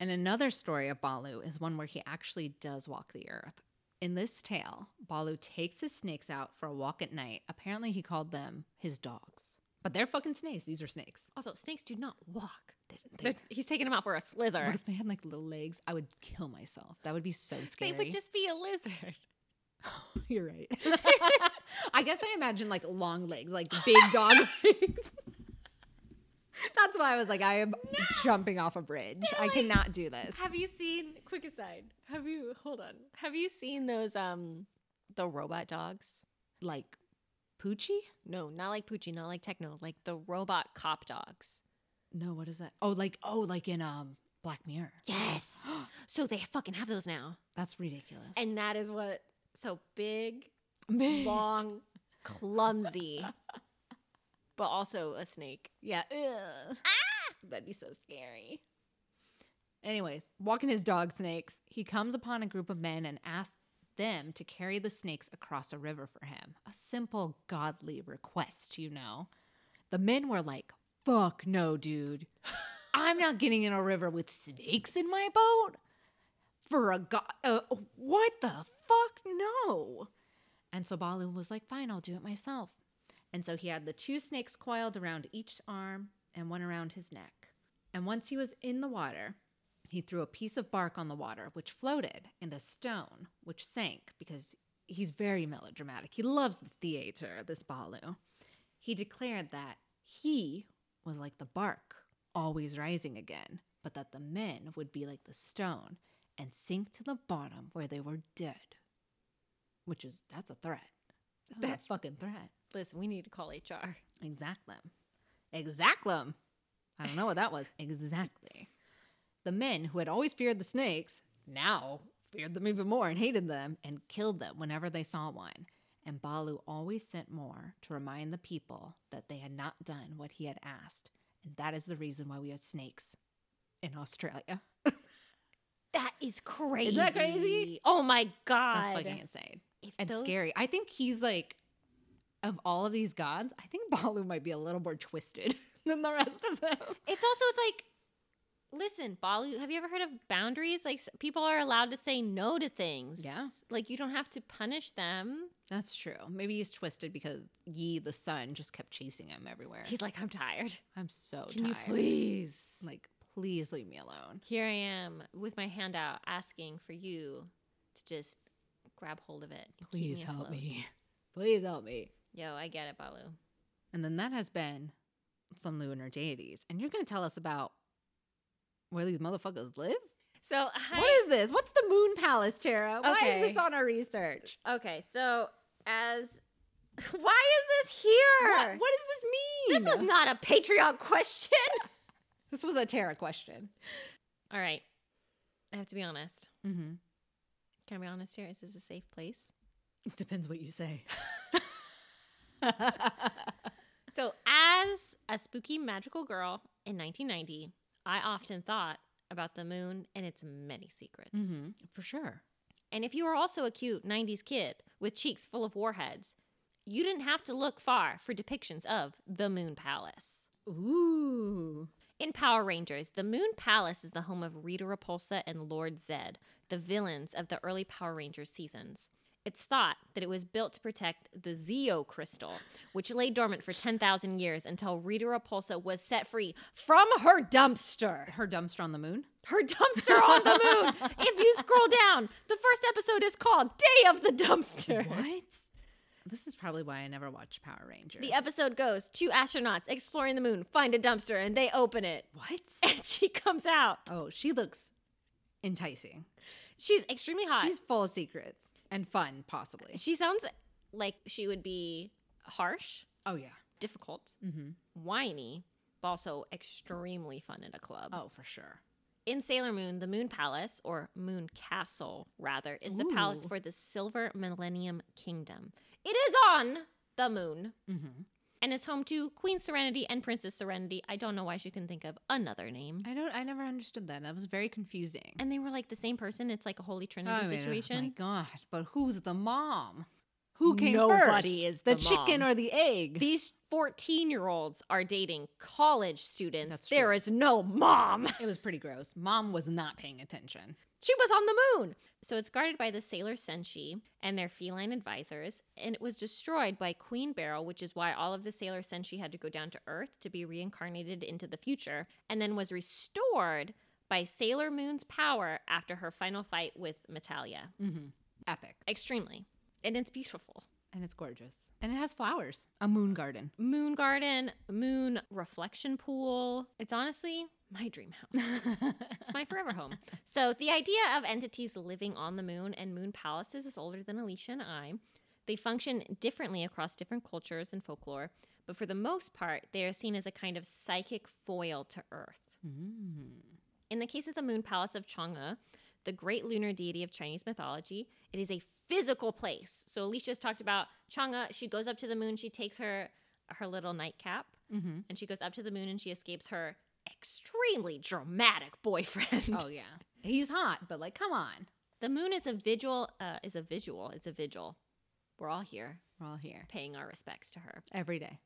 B: And another story of Balu is one where he actually does walk the earth. In this tale, Balu takes his snakes out for a walk at night. Apparently, he called them his dogs. But they're fucking snakes. These are snakes.
A: Also, snakes do not walk.
B: They, they,
A: They're- he's taking them out for a slither.
B: what if they had like little legs? I would kill myself. That would be so scary.
A: They would just be a lizard.
B: You're right. I guess I imagine like long legs, like big dog legs. That's why I was like, I am jumping off a bridge. I cannot do this.
A: Have you seen quick aside? Have you hold on? Have you seen those um the robot dogs?
B: Like Poochie?
A: No, not like Poochie, not like Techno, like the robot cop dogs.
B: No, what is that? Oh, like oh, like in um Black Mirror.
A: Yes. so they fucking have those now.
B: That's ridiculous.
A: And that is what so big, long, clumsy, but also a snake.
B: yeah. Ugh. That'd be so scary. Anyways, walking his dog snakes, he comes upon a group of men and asks them to carry the snakes across a river for him. A simple godly request, you know. The men were like, fuck no, dude. I'm not getting in a river with snakes in my boat. For a god. Uh, what the fuck? No. And so Balu was like, fine, I'll do it myself. And so he had the two snakes coiled around each arm and one around his neck. And once he was in the water, he threw a piece of bark on the water, which floated, and a stone, which sank, because he's very melodramatic. He loves the theater, this Balu. He declared that he was like the bark, always rising again, but that the men would be like the stone and sink to the bottom where they were dead. Which is, that's a threat. That's a
A: That-
B: fucking threat.
A: Listen, we need to call HR.
B: Exactlum. Exactlum. I don't know what that was. Exactly. The men who had always feared the snakes now feared them even more and hated them and killed them whenever they saw one. And Balu always sent more to remind the people that they had not done what he had asked. And that is the reason why we have snakes in Australia.
A: That is crazy.
B: crazy?
A: Oh my god.
B: That's fucking insane
A: If
B: and
A: those-
B: scary. I think he's like, of all of these gods, I think Balu might be a little more twisted than the rest of them.
A: It's also it's like Listen, Balu, have you ever heard of boundaries? Like s- people are allowed to say no to things.
B: Yeah.
A: Like you don't have to punish them.
B: That's true. Maybe he's twisted because Yi, the son, just kept chasing him everywhere.
A: He's like, I'm tired.
B: I'm so
A: Can
B: Oh, tired.
A: you please?
B: Like, please leave me alone.
A: Here I am with my hand out asking for you to just grab hold of it. and keep
B: Please help
A: afloat.
B: me. Please help me.
A: Yo, I get it, Balu.
B: And then that has been some lunar deities. And you're going to tell us about where these motherfuckers live?
A: So
B: What
A: I
B: is this? What's the moon palace, Tara? Why
A: Okay.
B: is this on our research?
A: okay. So as why is this here?
B: What, what does this mean?
A: This was not a Patreon question.
B: This was a Tara question.
A: All right, I have to be honest.
B: Mm-hmm.
A: Can I be honest here? Is this a safe place?
B: It depends what you say. Mm-hmm.
A: So as a spooky magical girl in 1990, I often thought about the moon and its many secrets.
B: For sure.
A: And if you were also a cute 90s kid with cheeks full of warheads, you didn't have to look far for depictions of the Moon Palace.
B: Ooh.
A: In Power Rangers, the Moon Palace is the home of Rita Repulsa and Lord Zed, the villains of the early Power Rangers seasons. It's thought that it was built to protect the Zeo crystal, which lay dormant for 10,000 years until Rita Repulsa was set free from her dumpster
B: Her dumpster on the moon?
A: her dumpster on the moon. If you scroll down, the first episode is called Day of the Dumpster.
B: What? This is probably why I never watched Power Rangers.
A: The episode goes two astronauts exploring the moon find a dumpster and they open it.
B: what?
A: And she comes out.
B: Oh, she looks enticing.
A: She's extremely hot.
B: She's full of secrets and fun, possibly.
A: she sounds like she would be harsh,
B: Oh, yeah.
A: difficult,
B: Mm-hmm.
A: whiny, but also extremely fun in a club.
B: Oh, for sure.
A: In Sailor Moon, the Moon Palace, or Moon Castle rather, is the palace
B: Ooh.
A: for the Silver Millennium Kingdom. It is on the moon.
B: Mm-hmm.
A: and is home to Queen Serenity and Princess Serenity. I don't know why she couldn't think of another name.
B: I don't. I never understood that. That was very confusing.
A: And they were like the same person. It's like a holy trinity
B: I mean,
A: situation.
B: Oh my god! But who's the mom? Who came
A: Nobody
B: first?
A: is
B: the,
A: the
B: chicken
A: mom.
B: or the egg?
A: These 14 year olds are dating college students.
B: That's
A: There
B: true.
A: is no mom.
B: it was pretty gross. Mom was not paying attention.
A: She was on the moon. So it's guarded by the sailor senshi and their feline advisors, and it was destroyed by Queen Beryl, which is why all of the sailor senshi had to go down to Earth to be reincarnated into the future, and then was restored by Sailor Moon's power after her final fight with Metalia.
B: Mm-hmm. Epic,
A: Extremely. And it's beautiful.
B: and it's gorgeous, and it has flowers. A moon garden.
A: Moon garden, moon reflection pool. It's honestly my dream house.
B: Mm-hmm.
A: It's my forever home. So the idea of entities living on the moon and moon palaces is older than Alicia and I. They function differently across different cultures and folklore, but for the most part, they are seen as a kind of psychic foil to Earth.
B: Mm.
A: In the case of the moon palace of Chang'e, the great lunar deity of Chinese mythology, it is a physical place. So Alicia's talked about Chang'e. She goes up to the moon. She takes her her little nightcap,
B: Mhm.
A: and she goes up to the moon and she escapes her extremely dramatic boyfriend.
B: Oh yeah, he's hot, but like, come on,
A: The moon is a vigil. Uh, is a vigil. It's a vigil. We're all here
B: we're all here
A: paying our respects to her.
B: every day.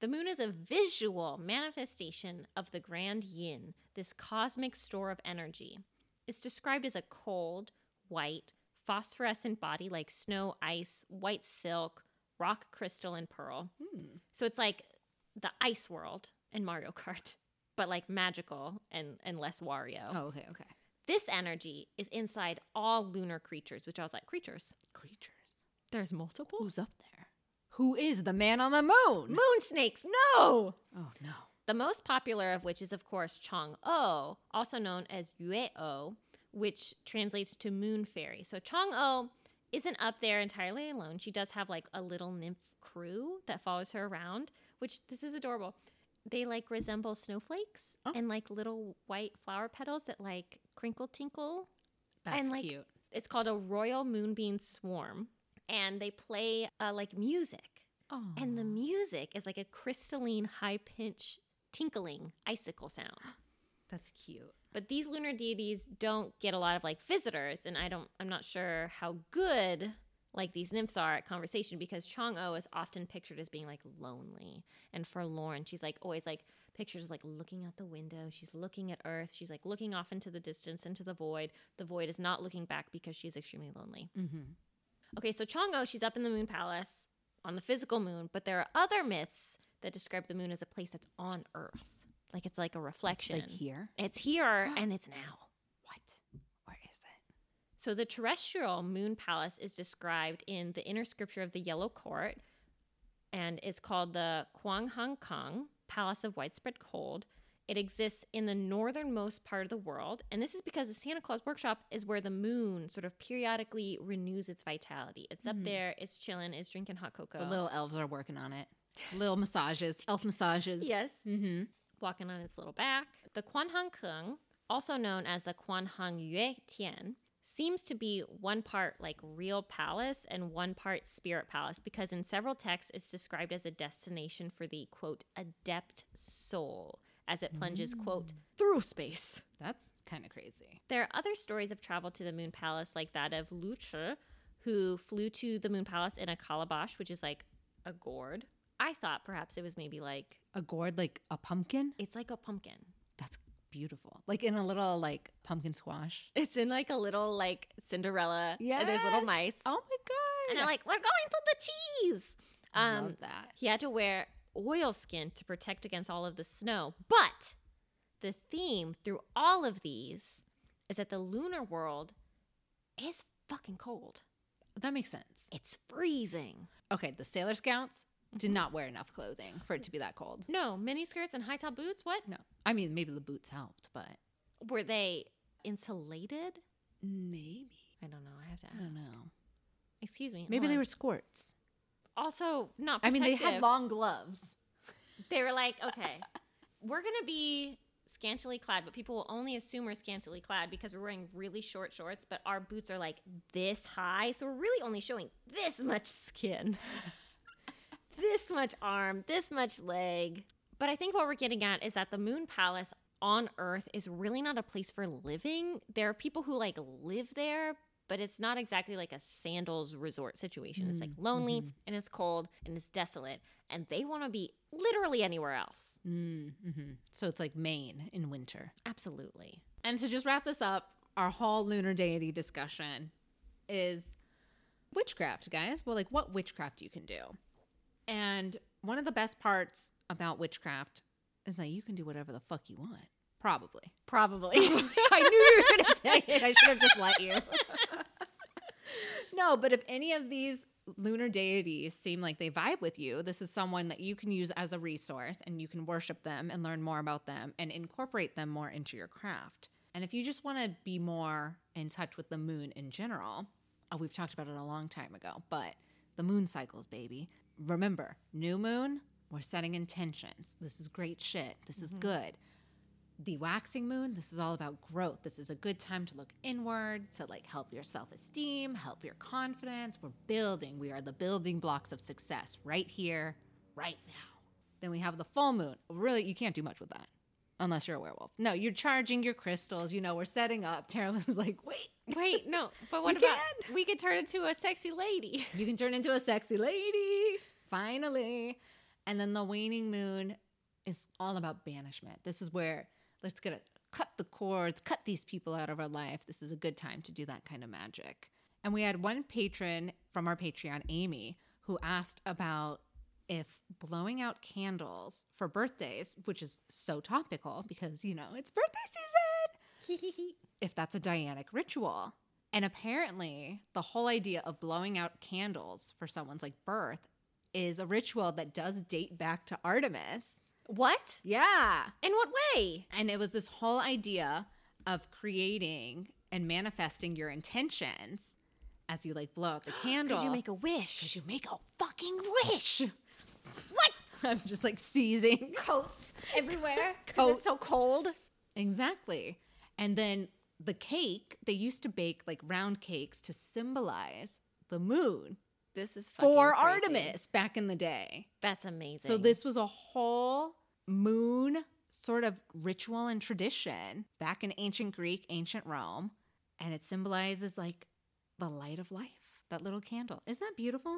A: The moon is a visual manifestation of the grand yin, this cosmic store of energy. It's described as a cold, white, phosphorescent body like snow, ice, white silk, rock crystal, and pearl.
B: Mm.
A: So it's like the ice world in Mario Kart, but like magical and, and less Wario.
B: Oh okay, okay.
A: This energy is inside all lunar creatures, which I was like, creatures?
B: Creatures.
A: There's multiple?
B: Who's up there? Who is the man on the moon?
A: Moon snakes, no!
B: Oh no.
A: The most popular of which is, of course, Chang O, also known as Yue O, which translates to moon fairy. So Chang O isn't up there entirely alone. She does have like a little nymph crew that follows her around, which this is adorable. They like resemble snowflakes
B: Oh.
A: and like little white flower petals that like crinkle tinkle
B: That's
A: And, like,
B: cute.
A: it's called a royal moonbeam swarm and they play uh, like music
B: Oh.
A: and the music is like a crystalline high pitch tinkling icicle sound
B: That's cute.
A: but these lunar deities don't get a lot of like visitors and i don't i'm not sure how good like these nymphs are at conversation because Chong O is often pictured as being like lonely and forlorn. She's like always like pictured as like looking out the window. She's looking at Earth. She's like looking off into the distance, into the void. The void is not looking back because she's extremely lonely.
B: Mm-hmm.
A: Okay, so Chong O, she's up in the moon palace on the physical moon, but there are other myths that describe the moon as a place that's on Earth. Like it's like a reflection.
B: Like here.
A: It's here and it's now.
B: What? Where is it?
A: So the terrestrial moon palace is described in the inner scripture of the Yellow Court and is called the Kwang Hong Kong Palace of Widespread Cold. It exists in the northernmost part of the world, and this is because the Santa Claus workshop is where the moon sort of periodically renews its vitality. It's up
B: Mhm.
A: there, it's chilling, it's drinking hot cocoa.
B: The little elves are working on it. Little massages, elf massages.
A: yes,
B: Mm-hmm.
A: walking on its little back. The Kwanhang Kung, also known as the Kwanhang Yue Tian, seems to be one part like real palace and one part spirit palace because in several texts it's described as a destination for the quote adept soul as it plunges
B: Mm.
A: quote through space.
B: That's kind of crazy.
A: There are other stories of travel to the moon palace like that of Lu Chi, who flew to the moon palace in a calabash, which is like a gourd. I thought perhaps it was maybe like
B: A gourd like a pumpkin?
A: it's like a pumpkin.
B: That's beautiful. Like in a little like pumpkin squash.
A: It's in like a little like Cinderella. Yeah.
B: Yeah.
A: And there's little mice.
B: Oh my god.
A: And they're like, we're going to the cheese.
B: I
A: Um,
B: love that.
A: he had to wear oilskin to protect against all of the snow. But the theme through all of these is that the lunar world is fucking cold.
B: That makes sense.
A: It's freezing.
B: Okay, the Sailor Scouts did not wear enough clothing for it to be that cold.
A: No, miniskirts and high top boots? What?
B: No. I mean, maybe the boots helped, but
A: Were they insulated?
B: maybe.
A: I don't know. I have to ask.
B: I don't know.
A: Excuse me.
B: Maybe
A: hold
B: they
A: on.
B: were skorts.
A: also not.
B: I mean, they had
A: protective.
B: long gloves.
A: They were like, okay, we're going to be scantily clad, but people will only assume we're scantily clad because we're wearing really short shorts, but our boots are like this high. So we're really only showing this much skin, this much arm, this much leg. But I think what we're getting at is that the moon palace on earth is really not a place for living. There are people who like live there, but it's not exactly like a sandals resort situation. It's like
B: Mm,
A: lonely
B: mhm.
A: and it's cold and it's desolate and they want to be literally anywhere else.
B: Mm-hmm. So it's like Maine in winter.
A: Absolutely.
B: And to just wrap this up, our whole lunar deity discussion is witchcraft, guys. Well, like what witchcraft you can do. And one of the best parts about witchcraft is that you can do whatever the fuck you want. Probably.
A: Probably.
B: I knew you were going to say it. I should have just let you. no, but if any of these lunar deities seem like they vibe with you, this is someone that you can use as a resource and you can worship them and learn more about them and incorporate them more into your craft. And if you just want to be more in touch with the moon in general, oh, we've talked about it a long time ago, but the moon cycles, baby. Remember, new moon, we're setting intentions. This is great shit. This is good the waxing moon this is all about growth this is a good time to look inward to like help your self-esteem help your confidence we're building we are the building blocks of success right here right now then we have the full moon really you can't do much with that unless you're a werewolf no you're charging your crystals you know we're setting up tara was like wait
A: Wait, no. But what
B: We
A: about we could turn into a sexy lady?
B: you can turn into a sexy lady finally and then the waning moon is all about banishment this is where let's get a cut the cords cut these people out of our life this is a good time to do that kind of magic and we had one patron from our patreon amy who asked about if blowing out candles for birthdays which is so topical because you know it's birthday season if that's a Dianic ritual. And apparently, the whole idea of blowing out candles for someone's like birth is a ritual that does date back to Artemis.
A: what?
B: Yeah.
A: In what way?
B: And it was this whole idea of creating and manifesting your intentions as you like blow out the candle.
A: Because you make a wish.
B: 'Cause you make a fucking wish. What? I'm just like seizing.
A: Coats everywhere. 'cause
B: Coats.
A: It's so cold.
B: Exactly. And then the cake, they used to bake like round cakes to symbolize the moon
A: This is
B: for Artemis back in the day.
A: That's amazing.
B: So this was a whole moon sort of ritual and tradition back in ancient Greek, ancient Rome, and it symbolizes like the light of life, That little candle. Isn't that beautiful?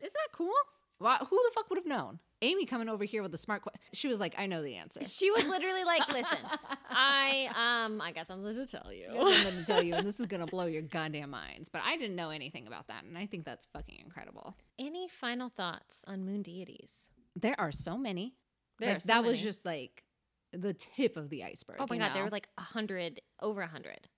B: Isn't that cool? Why, who the fuck would have known? Amy coming over here with a smart question. She was like, I know the answer.
A: She was literally like, "Listen, I um, I got something to tell you."
B: I'm going to tell you, and this is going to blow your goddamn minds. But I didn't know anything about that. And I think that's fucking incredible.
A: Any final thoughts on moon deities?
B: There are so many.
A: There are
B: Like,
A: so
B: that was
A: many.
B: just like the tip of the iceberg.
A: oh my
B: you
A: god, there
B: know?
A: were like a hundred, over a hundred.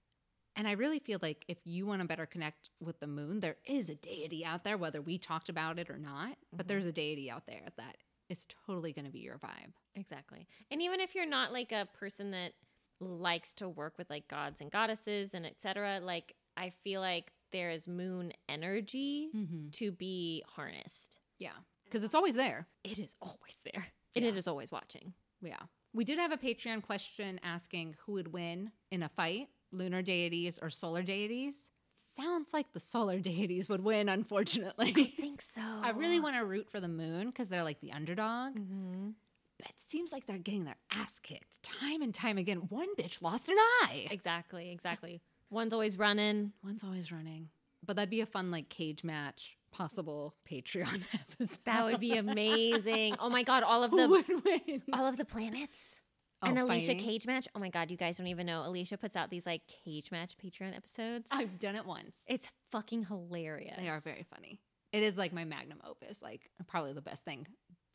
B: And I really feel like if you want to better connect with the moon, there is a deity out there, whether we talked about it or not, but
A: Mhm.
B: there's a deity out there that is totally going to be your vibe.
A: Exactly. And even if you're not like a person that likes to work with like gods and goddesses and etc., like I feel like there is moon energy
B: Mm-hmm.
A: to be harnessed.
B: Yeah. Because it's always there.
A: It is always there. And it
B: Yeah.
A: is always watching.
B: Yeah. We did have a Patreon question asking who would win in a fight lunar deities or solar deities. Sounds like the solar deities would win,
A: I
B: unfortunately.
A: think so.
B: I really want to root for the moon because they're like the underdog.
A: hmm
B: But it seems like they're getting their ass kicked time and time again. One bitch lost an eye.
A: Exactly, exactly. One's always running.
B: One's always running. But that'd be a fun like cage match possible Patreon episode.
A: That would be amazing. Oh my god, all of
B: Who
A: the
B: would win?
A: all of the planets.
B: Oh,
A: An Alicia
B: fighting?
A: cage match. Oh my god, you guys don't even know. Alicia puts out these like cage match Patreon episodes.
B: I've done it once.
A: It's fucking hilarious.
B: They are very funny. It is like my magnum opus, like probably the best thing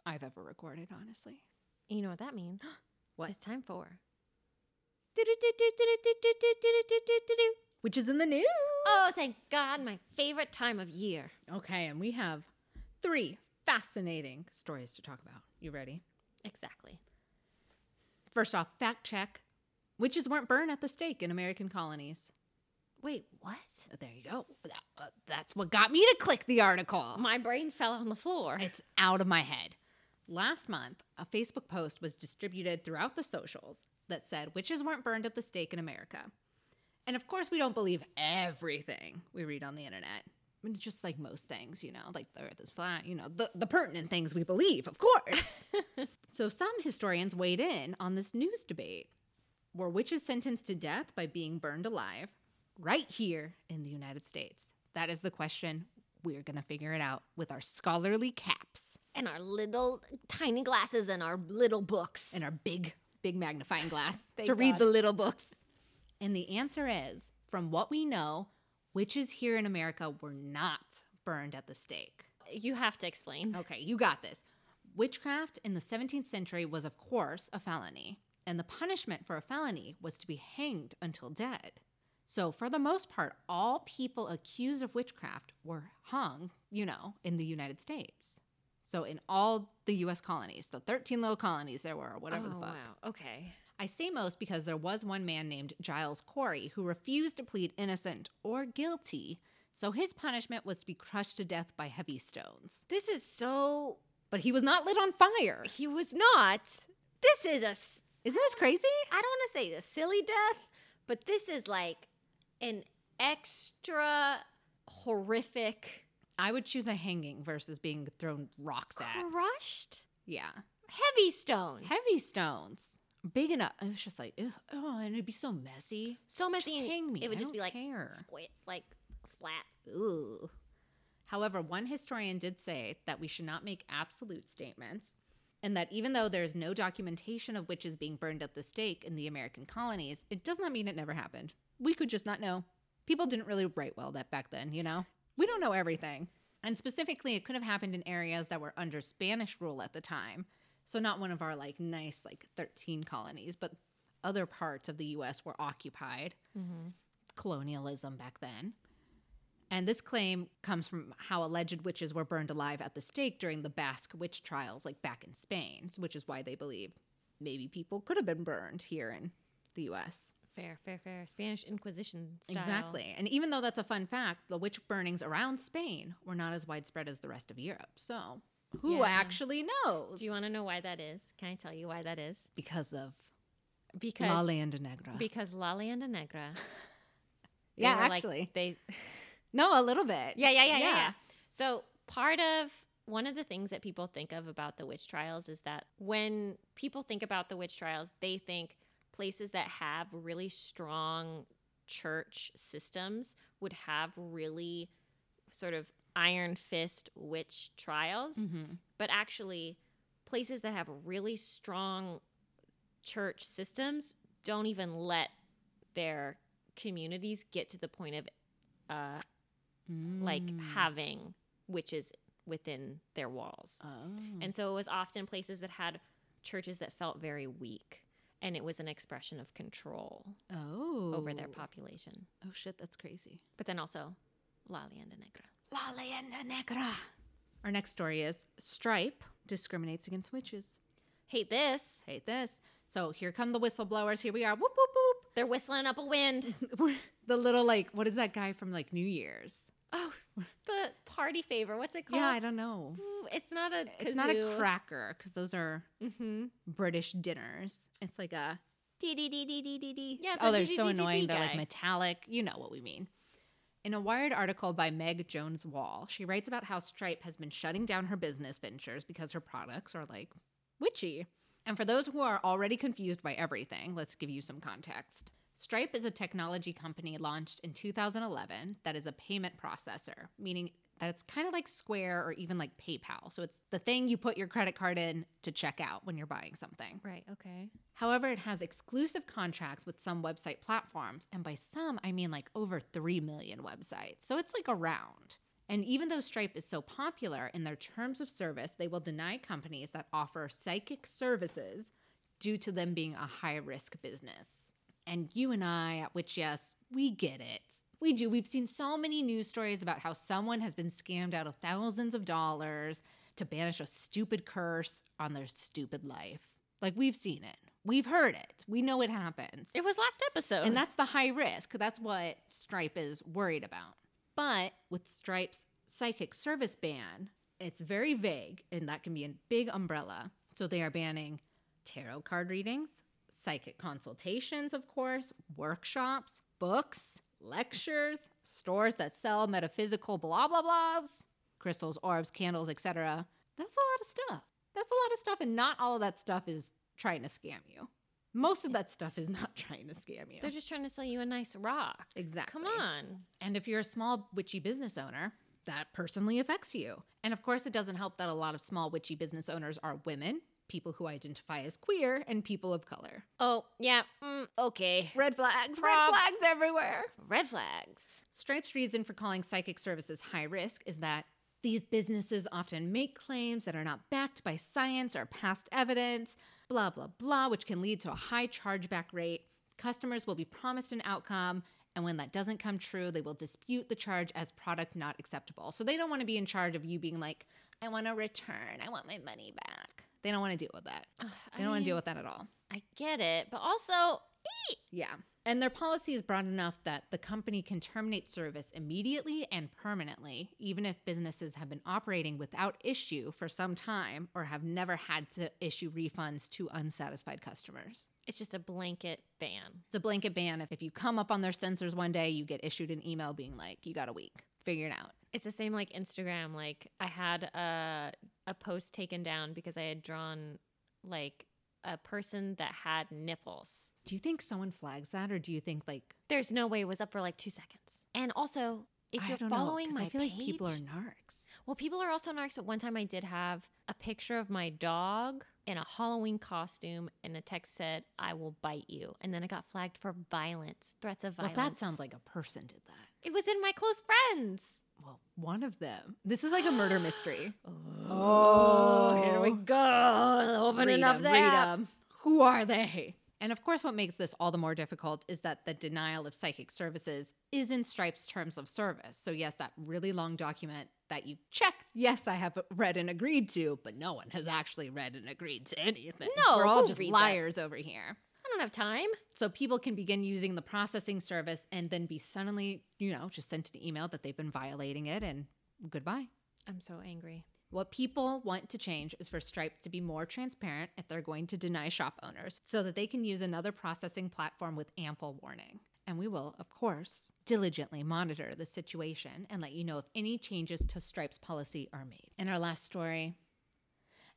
B: I've ever recorded, honestly.
A: You know what that means?
B: What?
A: It's time for.
B: Which is in the news.
A: Oh, thank God, my favorite time of year.
B: Okay, and we have three fascinating stories to talk about. You ready?
A: Exactly.
B: First off, fact check. Witches weren't burned at the stake in American colonies.
A: Wait, what?
B: There you go. That- uh, that's what got me to click the article.
A: My brain fell on the floor.
B: It's out of my head. Last month, a Facebook post was distributed throughout the socials that said witches weren't burned at the stake in America. And of course, we don't believe everything we read on the internet. I mean, just like most things, you know, like the earth is flat, you know, the, the pertinent things we believe, of course. so some historians weighed in on this news debate. Were witches sentenced to death by being burned alive right here in the United States? That is the question. We're going to figure it out with our scholarly caps.
A: And our little tiny glasses and our little books.
B: and our big, big magnifying glass
A: Thank
B: to read
A: God.
B: the little books. And the answer is from what we know, witches here in America were not burned at the stake.
A: you have to explain.
B: Okay, you got this. Witchcraft in the 17th century was, of course, a felony, and the punishment for a felony was to be hanged until dead. So, for the most part, all people accused of witchcraft were hung, you know, in the United States. So, in all the US colonies, the 13 little colonies there were, or whatever the
A: Oh,
B: fuck.
A: Wow. Okay.
B: I say most because there was one man named Giles Corey who refused to plead innocent or guilty, so his punishment was to be crushed to death by heavy stones.
A: This is so.
B: But he was not lit on fire.
A: He was not. This is a. s-
B: Isn't this crazy?
A: I don't want to say a silly death, but this is like an extra horrific.
B: I would choose a hanging versus being thrown rocks at.
A: crushed
B: Yeah.
A: heavy stones.
B: Heavy stones. Big enough. It was just like, ugh, oh, and it'd be so messy.
A: So much.
B: Just
A: in-
B: hang me.
A: It would
B: I
A: just
B: don't
A: be like
B: care.
A: squid, like splat.
B: Ooh. However, one historian did say that we should not make absolute statements, and that even though there is no documentation of witches being burned at the stake in the American colonies, it does not mean it never happened. We could just not know. People didn't really write well that back then, you know? We don't know everything. And specifically, it could have happened in areas that were under Spanish rule at the time. So, not one of our like nice, like 13 colonies, but other parts of the US were occupied
A: Mm-hmm.
B: colonialism back then. And this claim comes from how alleged witches were burned alive at the stake during the Basque witch trials, like back in Spain, which is why they believe maybe people could have been burned here in the US.
A: Fair, fair, fair. Spanish Inquisition style.
B: Exactly. And even though that's a fun fact, the witch burnings around Spain were not as widespread as the rest of Europe. So who
A: Yeah.
B: actually knows?
A: Do you want to know why that is? Can I tell you why that is?
B: because of
A: Because
B: La Leyenda Negra.
A: because La Leyenda Negra. they
B: yeah,
A: were, like,
B: actually.
A: they
B: no, a little bit.
A: yeah, yeah, yeah, yeah, yeah. So part of one of the things that people think of about the witch trials is that when people think about the witch trials, they think places that have really strong church systems would have really sort of iron fist witch trials,
B: Mm-hmm.
A: but actually places that have really strong church systems don't even let their communities get to the point of uh,
B: Mm-hmm.
A: like
B: Mm.
A: having witches within their walls.
B: Oh.
A: And so it was often places that had churches that felt very weak and it was an expression of control
B: oh.
A: over their population.
B: Oh shit, that's crazy.
A: But then also La Leyenda Negra.
B: La leyenda negra. Our next story is Stripe discriminates against witches.
A: Hate this.
B: Hate this. So here come the whistleblowers. Here we are. Whoop whoop
A: They're whistling up a wind.
B: whoop. the little like what is that guy from like New Year's?
A: Oh, the party favor. What's it called?
B: Yeah, I don't know.
A: Ooh, it's not a kazoo.
B: It's not a cracker because those are
A: Mm-hmm.
B: British dinners. It's like a dee dee dee dee dee dee dee.
A: Yeah,
B: Oh,
A: the
B: they're
A: dee
B: so
A: dee dee dee
B: annoying. They're like
A: guy.
B: metallic. You know what we mean. In a Wired article by Meg Jones Wall, she writes about how Stripe has been shutting down her business ventures because her products are like witchy. And for those who are already confused by everything, let's give you some context. Stripe is a technology company launched in 2011 that is a payment processor, meaning that it's kind of like Square or even like PayPal. So it's the thing you put your credit card in to check out when you're buying something.
A: Right, okay.
B: However, it has exclusive contracts with some website platforms, and by some, I mean like over 3 million websites. So it's like around. And even though Stripe is so popular in their terms of service, they will deny companies that offer psychic services due to them being a high risk business. And you and I at Which Yes, we get it. We do. We've seen so many news stories about how someone has been scammed out of thousands of dollars to banish a stupid curse on their stupid life. Like we've seen it. We've heard it. We know it happens.
A: It was last episode.
B: And that's the high risk. That's what Stripe is worried about. But with Stripe's psychic service ban, it's very vague and that can be a big umbrella. So they are banning tarot card readings, psychic consultations, of course, workshops, books, lectures, stores that sell metaphysical blah blah blahs, crystals, orbs, candles, etc. That's a lot of stuff. That's a lot of stuff and not all of that stuff is trying to scam you. Most of that stuff is not trying to scam you.
A: They're just trying to sell you a nice rock.
B: exactly.
A: Come on.
B: And if you're a small witchy business owner, that personally affects you. And of course, it doesn't help that a lot of small witchy business owners are women, people who identify as queer, and people of color.
A: Oh, yeah. Mm, okay.
B: Red flags,
A: Prob-
B: red flags everywhere.
A: Red flags.
B: Stripe's reason for calling psychic services high risk is that these businesses often make claims that are not backed by science or past evidence, blah, blah, blah, which can lead to a high chargeback rate. Customers will be promised an outcome, and when that doesn't come true, they will dispute the charge as product not acceptable. So they don't want to be in charge of you being like, I want a return, I want my money back. They don't want to deal with that.
A: Ugh,
B: They don't want to
A: mean,
B: deal with that at all.
A: I get it, but also
B: Yeah. And their policy is broad enough that the company can terminate service immediately and permanently, even if businesses have been operating without issue for some time or have never had to issue refunds to unsatisfied customers.
A: it's just a blanket ban.
B: It's a blanket ban. If you come up on their sensors one day, you get issued an email being like, you got a week, figure it out.
A: It's the same like Instagram. Like I had a a post taken down because I had drawn like a person that had nipples.
B: Do you think someone flags that or do you think like,
A: There's no way it was up for like two seconds. And also, if
B: I
A: you're
B: don't know,
A: following
B: 'cause
A: my
B: I feel
A: page,
B: like people are narcs.
A: well, people are also narcs. But one time I did have a picture of my dog in a Halloween costume, and the text said, "I will bite you." And then I got flagged for violence, threats of
B: Well,
A: violence.
B: that sounds like a person did that.
A: it was in my close friends.
B: Well, one of them. This is like a murder mystery.
A: Oh, here we
B: Oh.
A: go. Opening
B: Read
A: up
B: 'em,
A: the
B: read
A: app.
B: 'em. Who are they? And of course, what makes this all the more difficult is that the denial of psychic services is in Stripe's terms of service. So, yes, that really long document that you check, yes, I have read and agreed to, but no one has actually read and agreed to anything.
A: No,
B: We're all
A: who
B: just
A: reads it?
B: liars over here.
A: I don't have time.
B: So people can begin using the processing service and then be suddenly, you know, just sent an email that they've been violating it and goodbye.
A: I'm so angry.
B: What people want to change is for Stripe to be more transparent if they're going to deny shop owners so that they can use another processing platform with ample warning. And we will, of course, diligently monitor the situation and let you know if any changes to Stripe's policy are made. In our last story,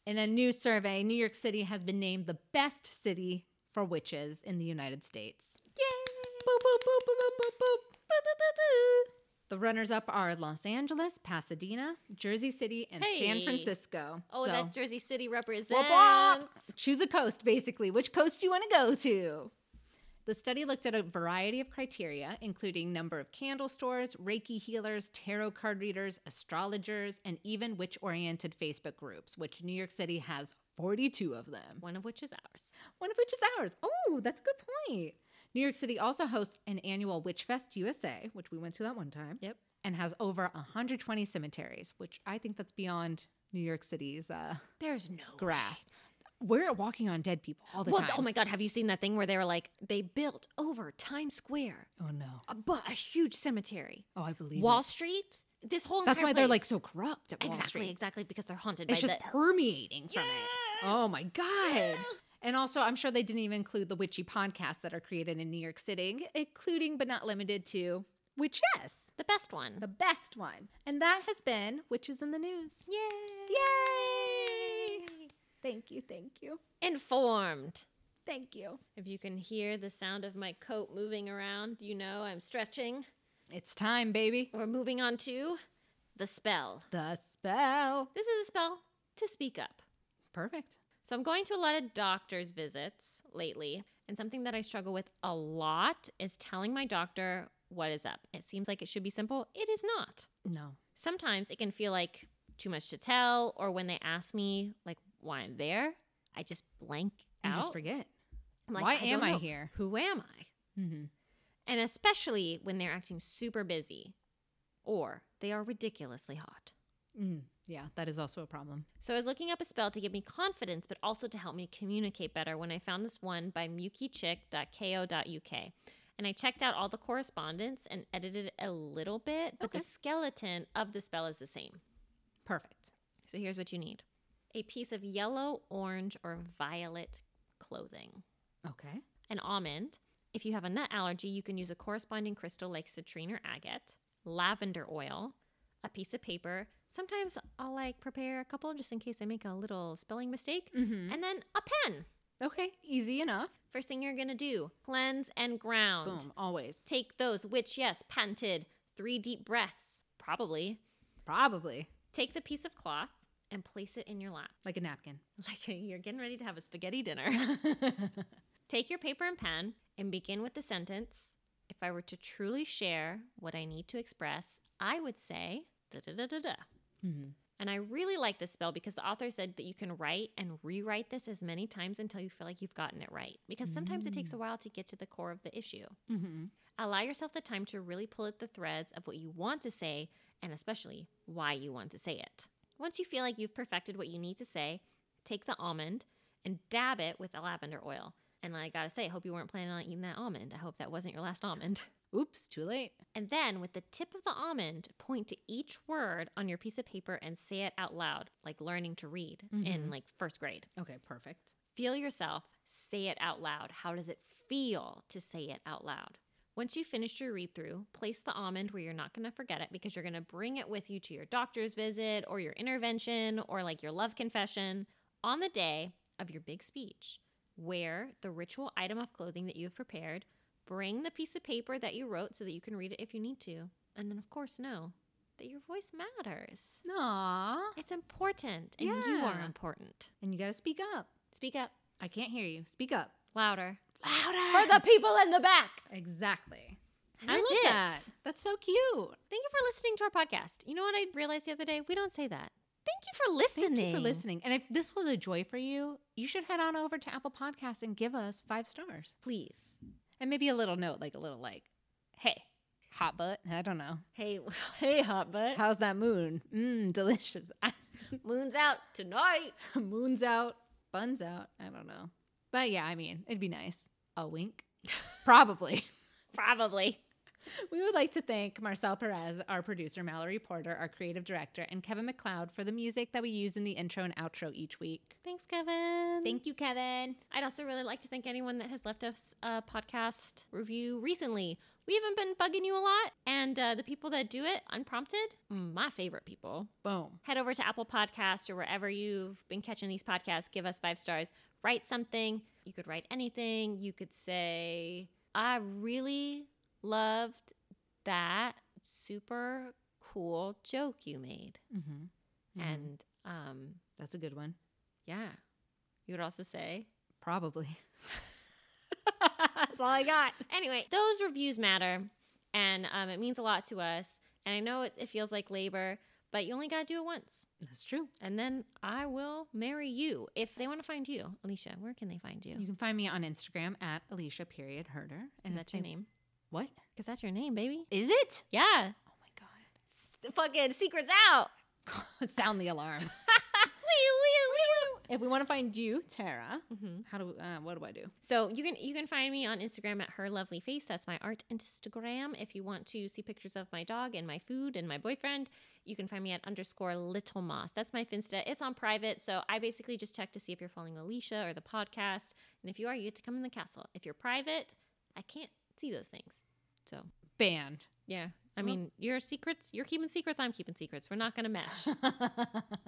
B: in a new survey, New York City has been named the best city for witches in the United States.
A: Yay! Boop, boop, boop, boop, boop, boop, boop. Boop, boop, boop, boop.
B: The runners up are Los Angeles, Pasadena, Jersey City, and San
A: Hey.
B: Francisco.
A: Oh,
B: So,
A: that Jersey City represents.
B: wop, wop. Choose a coast, basically. Which coast do you want to go to? The study looked at a variety of criteria, including number of candle stores, Reiki healers, tarot card readers, astrologers, and even witch oriented Facebook groups, which New York City has 42 of them
A: One of which is ours.
B: one of which is ours. Oh, that's a good point. New York City also hosts an annual Witch Fest USA, which we went to that one time.
A: Yep.
B: And has over 120 cemeteries, which I think that's beyond New York City's uh,
A: There's no
B: grasp. We're walking on dead people all the
A: Well,
B: time.
A: oh my God, have you seen that thing where they were like, they built over Times Square,
B: Oh, no.
A: a, bu- a huge cemetery,
B: Oh, I believe
A: Wall
B: it.
A: Street, this whole
B: That's
A: entire
B: why they're like
A: place.
B: so corrupt at Wall
A: exactly,
B: Street.
A: exactly because they're haunted
B: It's
A: by
B: just
A: the
B: permeating from it.
A: Yes!
B: Oh my god. And also, I'm sure they didn't even include the witchy podcasts that are created in New York City, including but not limited to Witchess.
A: the best one.
B: the best one. And that has been Witches in the News.
A: Yay!
B: Yay! Thank you, thank you,
A: Informed.
B: thank you.
A: If you can hear the sound of my coat moving around, you know I'm stretching.
B: It's time, baby.
A: We're moving on to the spell.
B: The spell.
A: This is a spell to speak up.
B: Perfect.
A: So I'm going to a lot of doctor's visits lately, and something that I struggle with a lot is telling my doctor what is up. It seems like it should be simple, it is not.
B: No.
A: Sometimes it can feel like too much to tell, or when they ask me like why I'm there, I just blank
B: You
A: out.
B: just forget.
A: I'm like,
B: Why
A: don't
B: am I
A: know.
B: here?
A: Who am I?
B: Mm-hmm.
A: And especially when they're acting super busy or they are ridiculously hot.
B: Mm. Yeah, that is also a problem.
A: So I was looking up a spell to give me confidence, but also to help me communicate better when I found this one by mukichick.ko.uk. And I checked out all the correspondence and edited it a little bit, but
B: Okay.
A: the skeleton of the spell is the same.
B: Perfect.
A: So here's what you need a piece of yellow, orange, or violet clothing,
B: Okay.
A: an almond. If you have a nut allergy, you can use a corresponding crystal like citrine or agate, lavender oil, a piece of paper. Sometimes I'll like prepare a couple just in case I make a little spelling mistake,
B: Mm-hmm.
A: and then a pen.
B: Okay. Easy enough.
A: First thing you're gonna do cleanse and ground.
B: Boom. Always.
A: Take those, which, yes, patented, three deep breaths, probably.
B: Probably
A: Take the piece of cloth and place it in your lap.
B: like a napkin.
A: Like you're getting ready to have a spaghetti dinner.
B: Mm-hmm.
A: Take your paper and pen and begin with the sentence If I were to truly share what I need to express, I would say da da da da da.
B: Mhm.
A: And I really like this spell because the author said that you can write and rewrite this as many times until you feel like you've gotten it right. Because sometimes it takes a while to get to the core of the issue.
B: Mm-hmm.
A: Allow yourself the time to really pull at the threads of what you want to say and especially why you want to say it. Once you feel like you've perfected what you need to say, take the almond and dab it with the lavender oil. And I gotta say, I hope you weren't planning on eating that almond. I hope that wasn't your last almond.
B: Oops. Too late.
A: And then, with the tip of the almond, point to each word on your piece of paper and say it out loud, like learning to read in like first grade.
B: Okay. Perfect.
A: Feel yourself, say it out loud. How does it feel to say it out loud? Once you finish your read through, place the almond where you're not going to forget it because you're going to bring it with you to your doctor's visit or your intervention or like your love confession on the day of your big speech. Wear the ritual item of clothing that you've prepared, bring the piece of paper that you wrote so that you can read it if you need to, and then, of course, know that your voice matters.
B: Aww.
A: It's important, and you are
B: Yeah.
A: important.
B: And you gotta speak up.
A: Speak up
B: I can't hear you. Speak up.
A: louder.
B: Louder.
A: the people in the back.
B: Exactly.
A: I love that.
B: That's so cute.
A: Thank you for listening to our podcast. You know what I realized the other day? We don't say that. Thank you for listening.
B: Thank you for listening. And if this was a joy for you, you should head on over to Apple Podcasts and give us five stars.
A: Please.
B: And maybe a little note, like a little like, hey, hot butt. I don't know.
A: Hey, hey, hot butt.
B: How's that moon? Mmm, delicious.
A: Moon's out tonight.
B: Moon's out, buns out. I don't know. But yeah, I mean, it'd be nice. A wink. Probably.
A: Probably.
B: We would like to thank Marcel Perez, our producer, Mallory Porter, our creative director, and Kevin McLeod for the music that we use in the intro and outro each week.
A: Thanks, Kevin.
B: Thank you, Kevin.
A: I'd also really like to thank anyone that has left us a podcast review recently. We haven't been bugging you a lot, and uh, the people that do it unprompted, my favorite people.
B: Boom.
A: head over to Apple Podcasts or wherever you've been catching these podcasts. Give us five stars. Write something. You could write anything. You could say, I really loved that super cool joke you made.
B: Mm-hmm.
A: And um,
B: that's a good one.
A: yeah, you would also say,
B: Probably. that's all I got.
A: anyway, those reviews matter and um, it means a lot to us. And I know it, it feels like labor, but you only got to do it once.
B: That's true.
A: And then I will marry you. If they want to find you, Alicia, where can they find you?
B: You can find me on Instagram at Alicia period Herder.
A: Is
B: if
A: that your
B: they-
A: name?
B: What
A: Because that's your name, baby.
B: is it?
A: Yeah.
B: Oh my god!
A: S- fucking secrets out.
B: Sound the alarm.
A: Wee,
B: if we want to find you, Tara,
A: wee, wee. Mhm.
B: how do uh, what do I do?
A: So you can you can find me on Instagram at her lovely face. That's my art Instagram. If you want to see pictures of my dog and my food and my boyfriend, you can find me at underscore little moss. That's my finsta. It's on private, so I basically just check to see if you're following Alicia or the podcast. And if you are, you get to come in the castle. If you're private, I can't see those things. So
B: Banned.
A: yeah, I
B: Well-
A: mean your secrets. You're keeping secrets. I'm keeping secrets. We're not gonna mesh.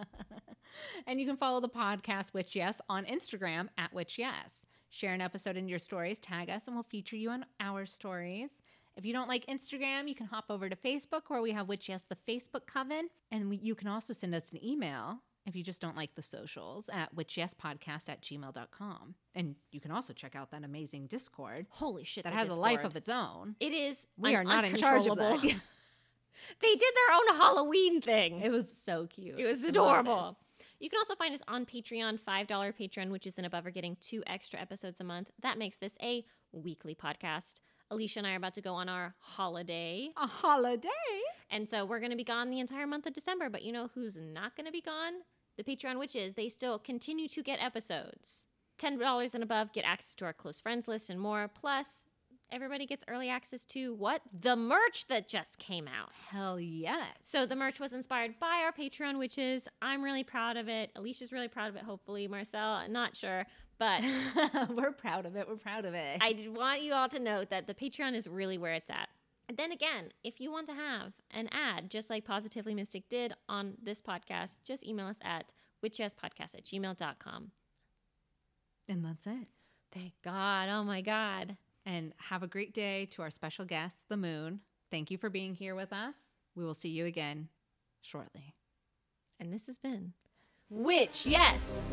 B: and you can follow the podcast Which Yes on Instagram at Which Yes. Share an episode in your stories, tag us, and we'll feature you on our stories. If you don't like Instagram, you can hop over to Facebook where we have Which Yes the Facebook Coven. And we, you can also send us an email if you just don't like the socials at whichyespodcast at gmail.com. And you can also check out that amazing Discord
A: Holy shit!
B: that has a life of its own.
A: It is.
B: We
A: un-
B: are not in charge of
A: uncontrollable.
B: that.
A: they did their own Halloween thing.
B: It was so cute.
A: It was
B: I love
A: adorable.
B: this.
A: You can also find us on Patreon, $5 Patreon, which is an above or getting two extra episodes a month. That makes this a weekly podcast. Alicia and I are about to go on our holiday.
B: A holiday.
A: And so we're going to be gone the entire month of December. But you know who's not going to be gone? The Patreon witches. They still continue to get episodes. $10 and above get access to our close friends list and more. Plus, everybody gets early access to what? The merch that just came out.
B: Hell yes.
A: So the merch was inspired by our Patreon witches. I'm really proud of it. Alicia's really proud of it, hopefully. Marcel, not sure. But
B: We're proud of it. We're proud of it.
A: I did want you all to know that the Patreon is really where it's at. And then again, if you want to have an ad, just like Positively Mystic did on this podcast, just email us at witchesspodcast at gmail.com.
B: and that's it.
A: Thank God. Oh my God.
B: And have a great day to our special guest, the moon. Thank you for being here with us. We will see you again shortly.
A: And this has been
B: Which, yes.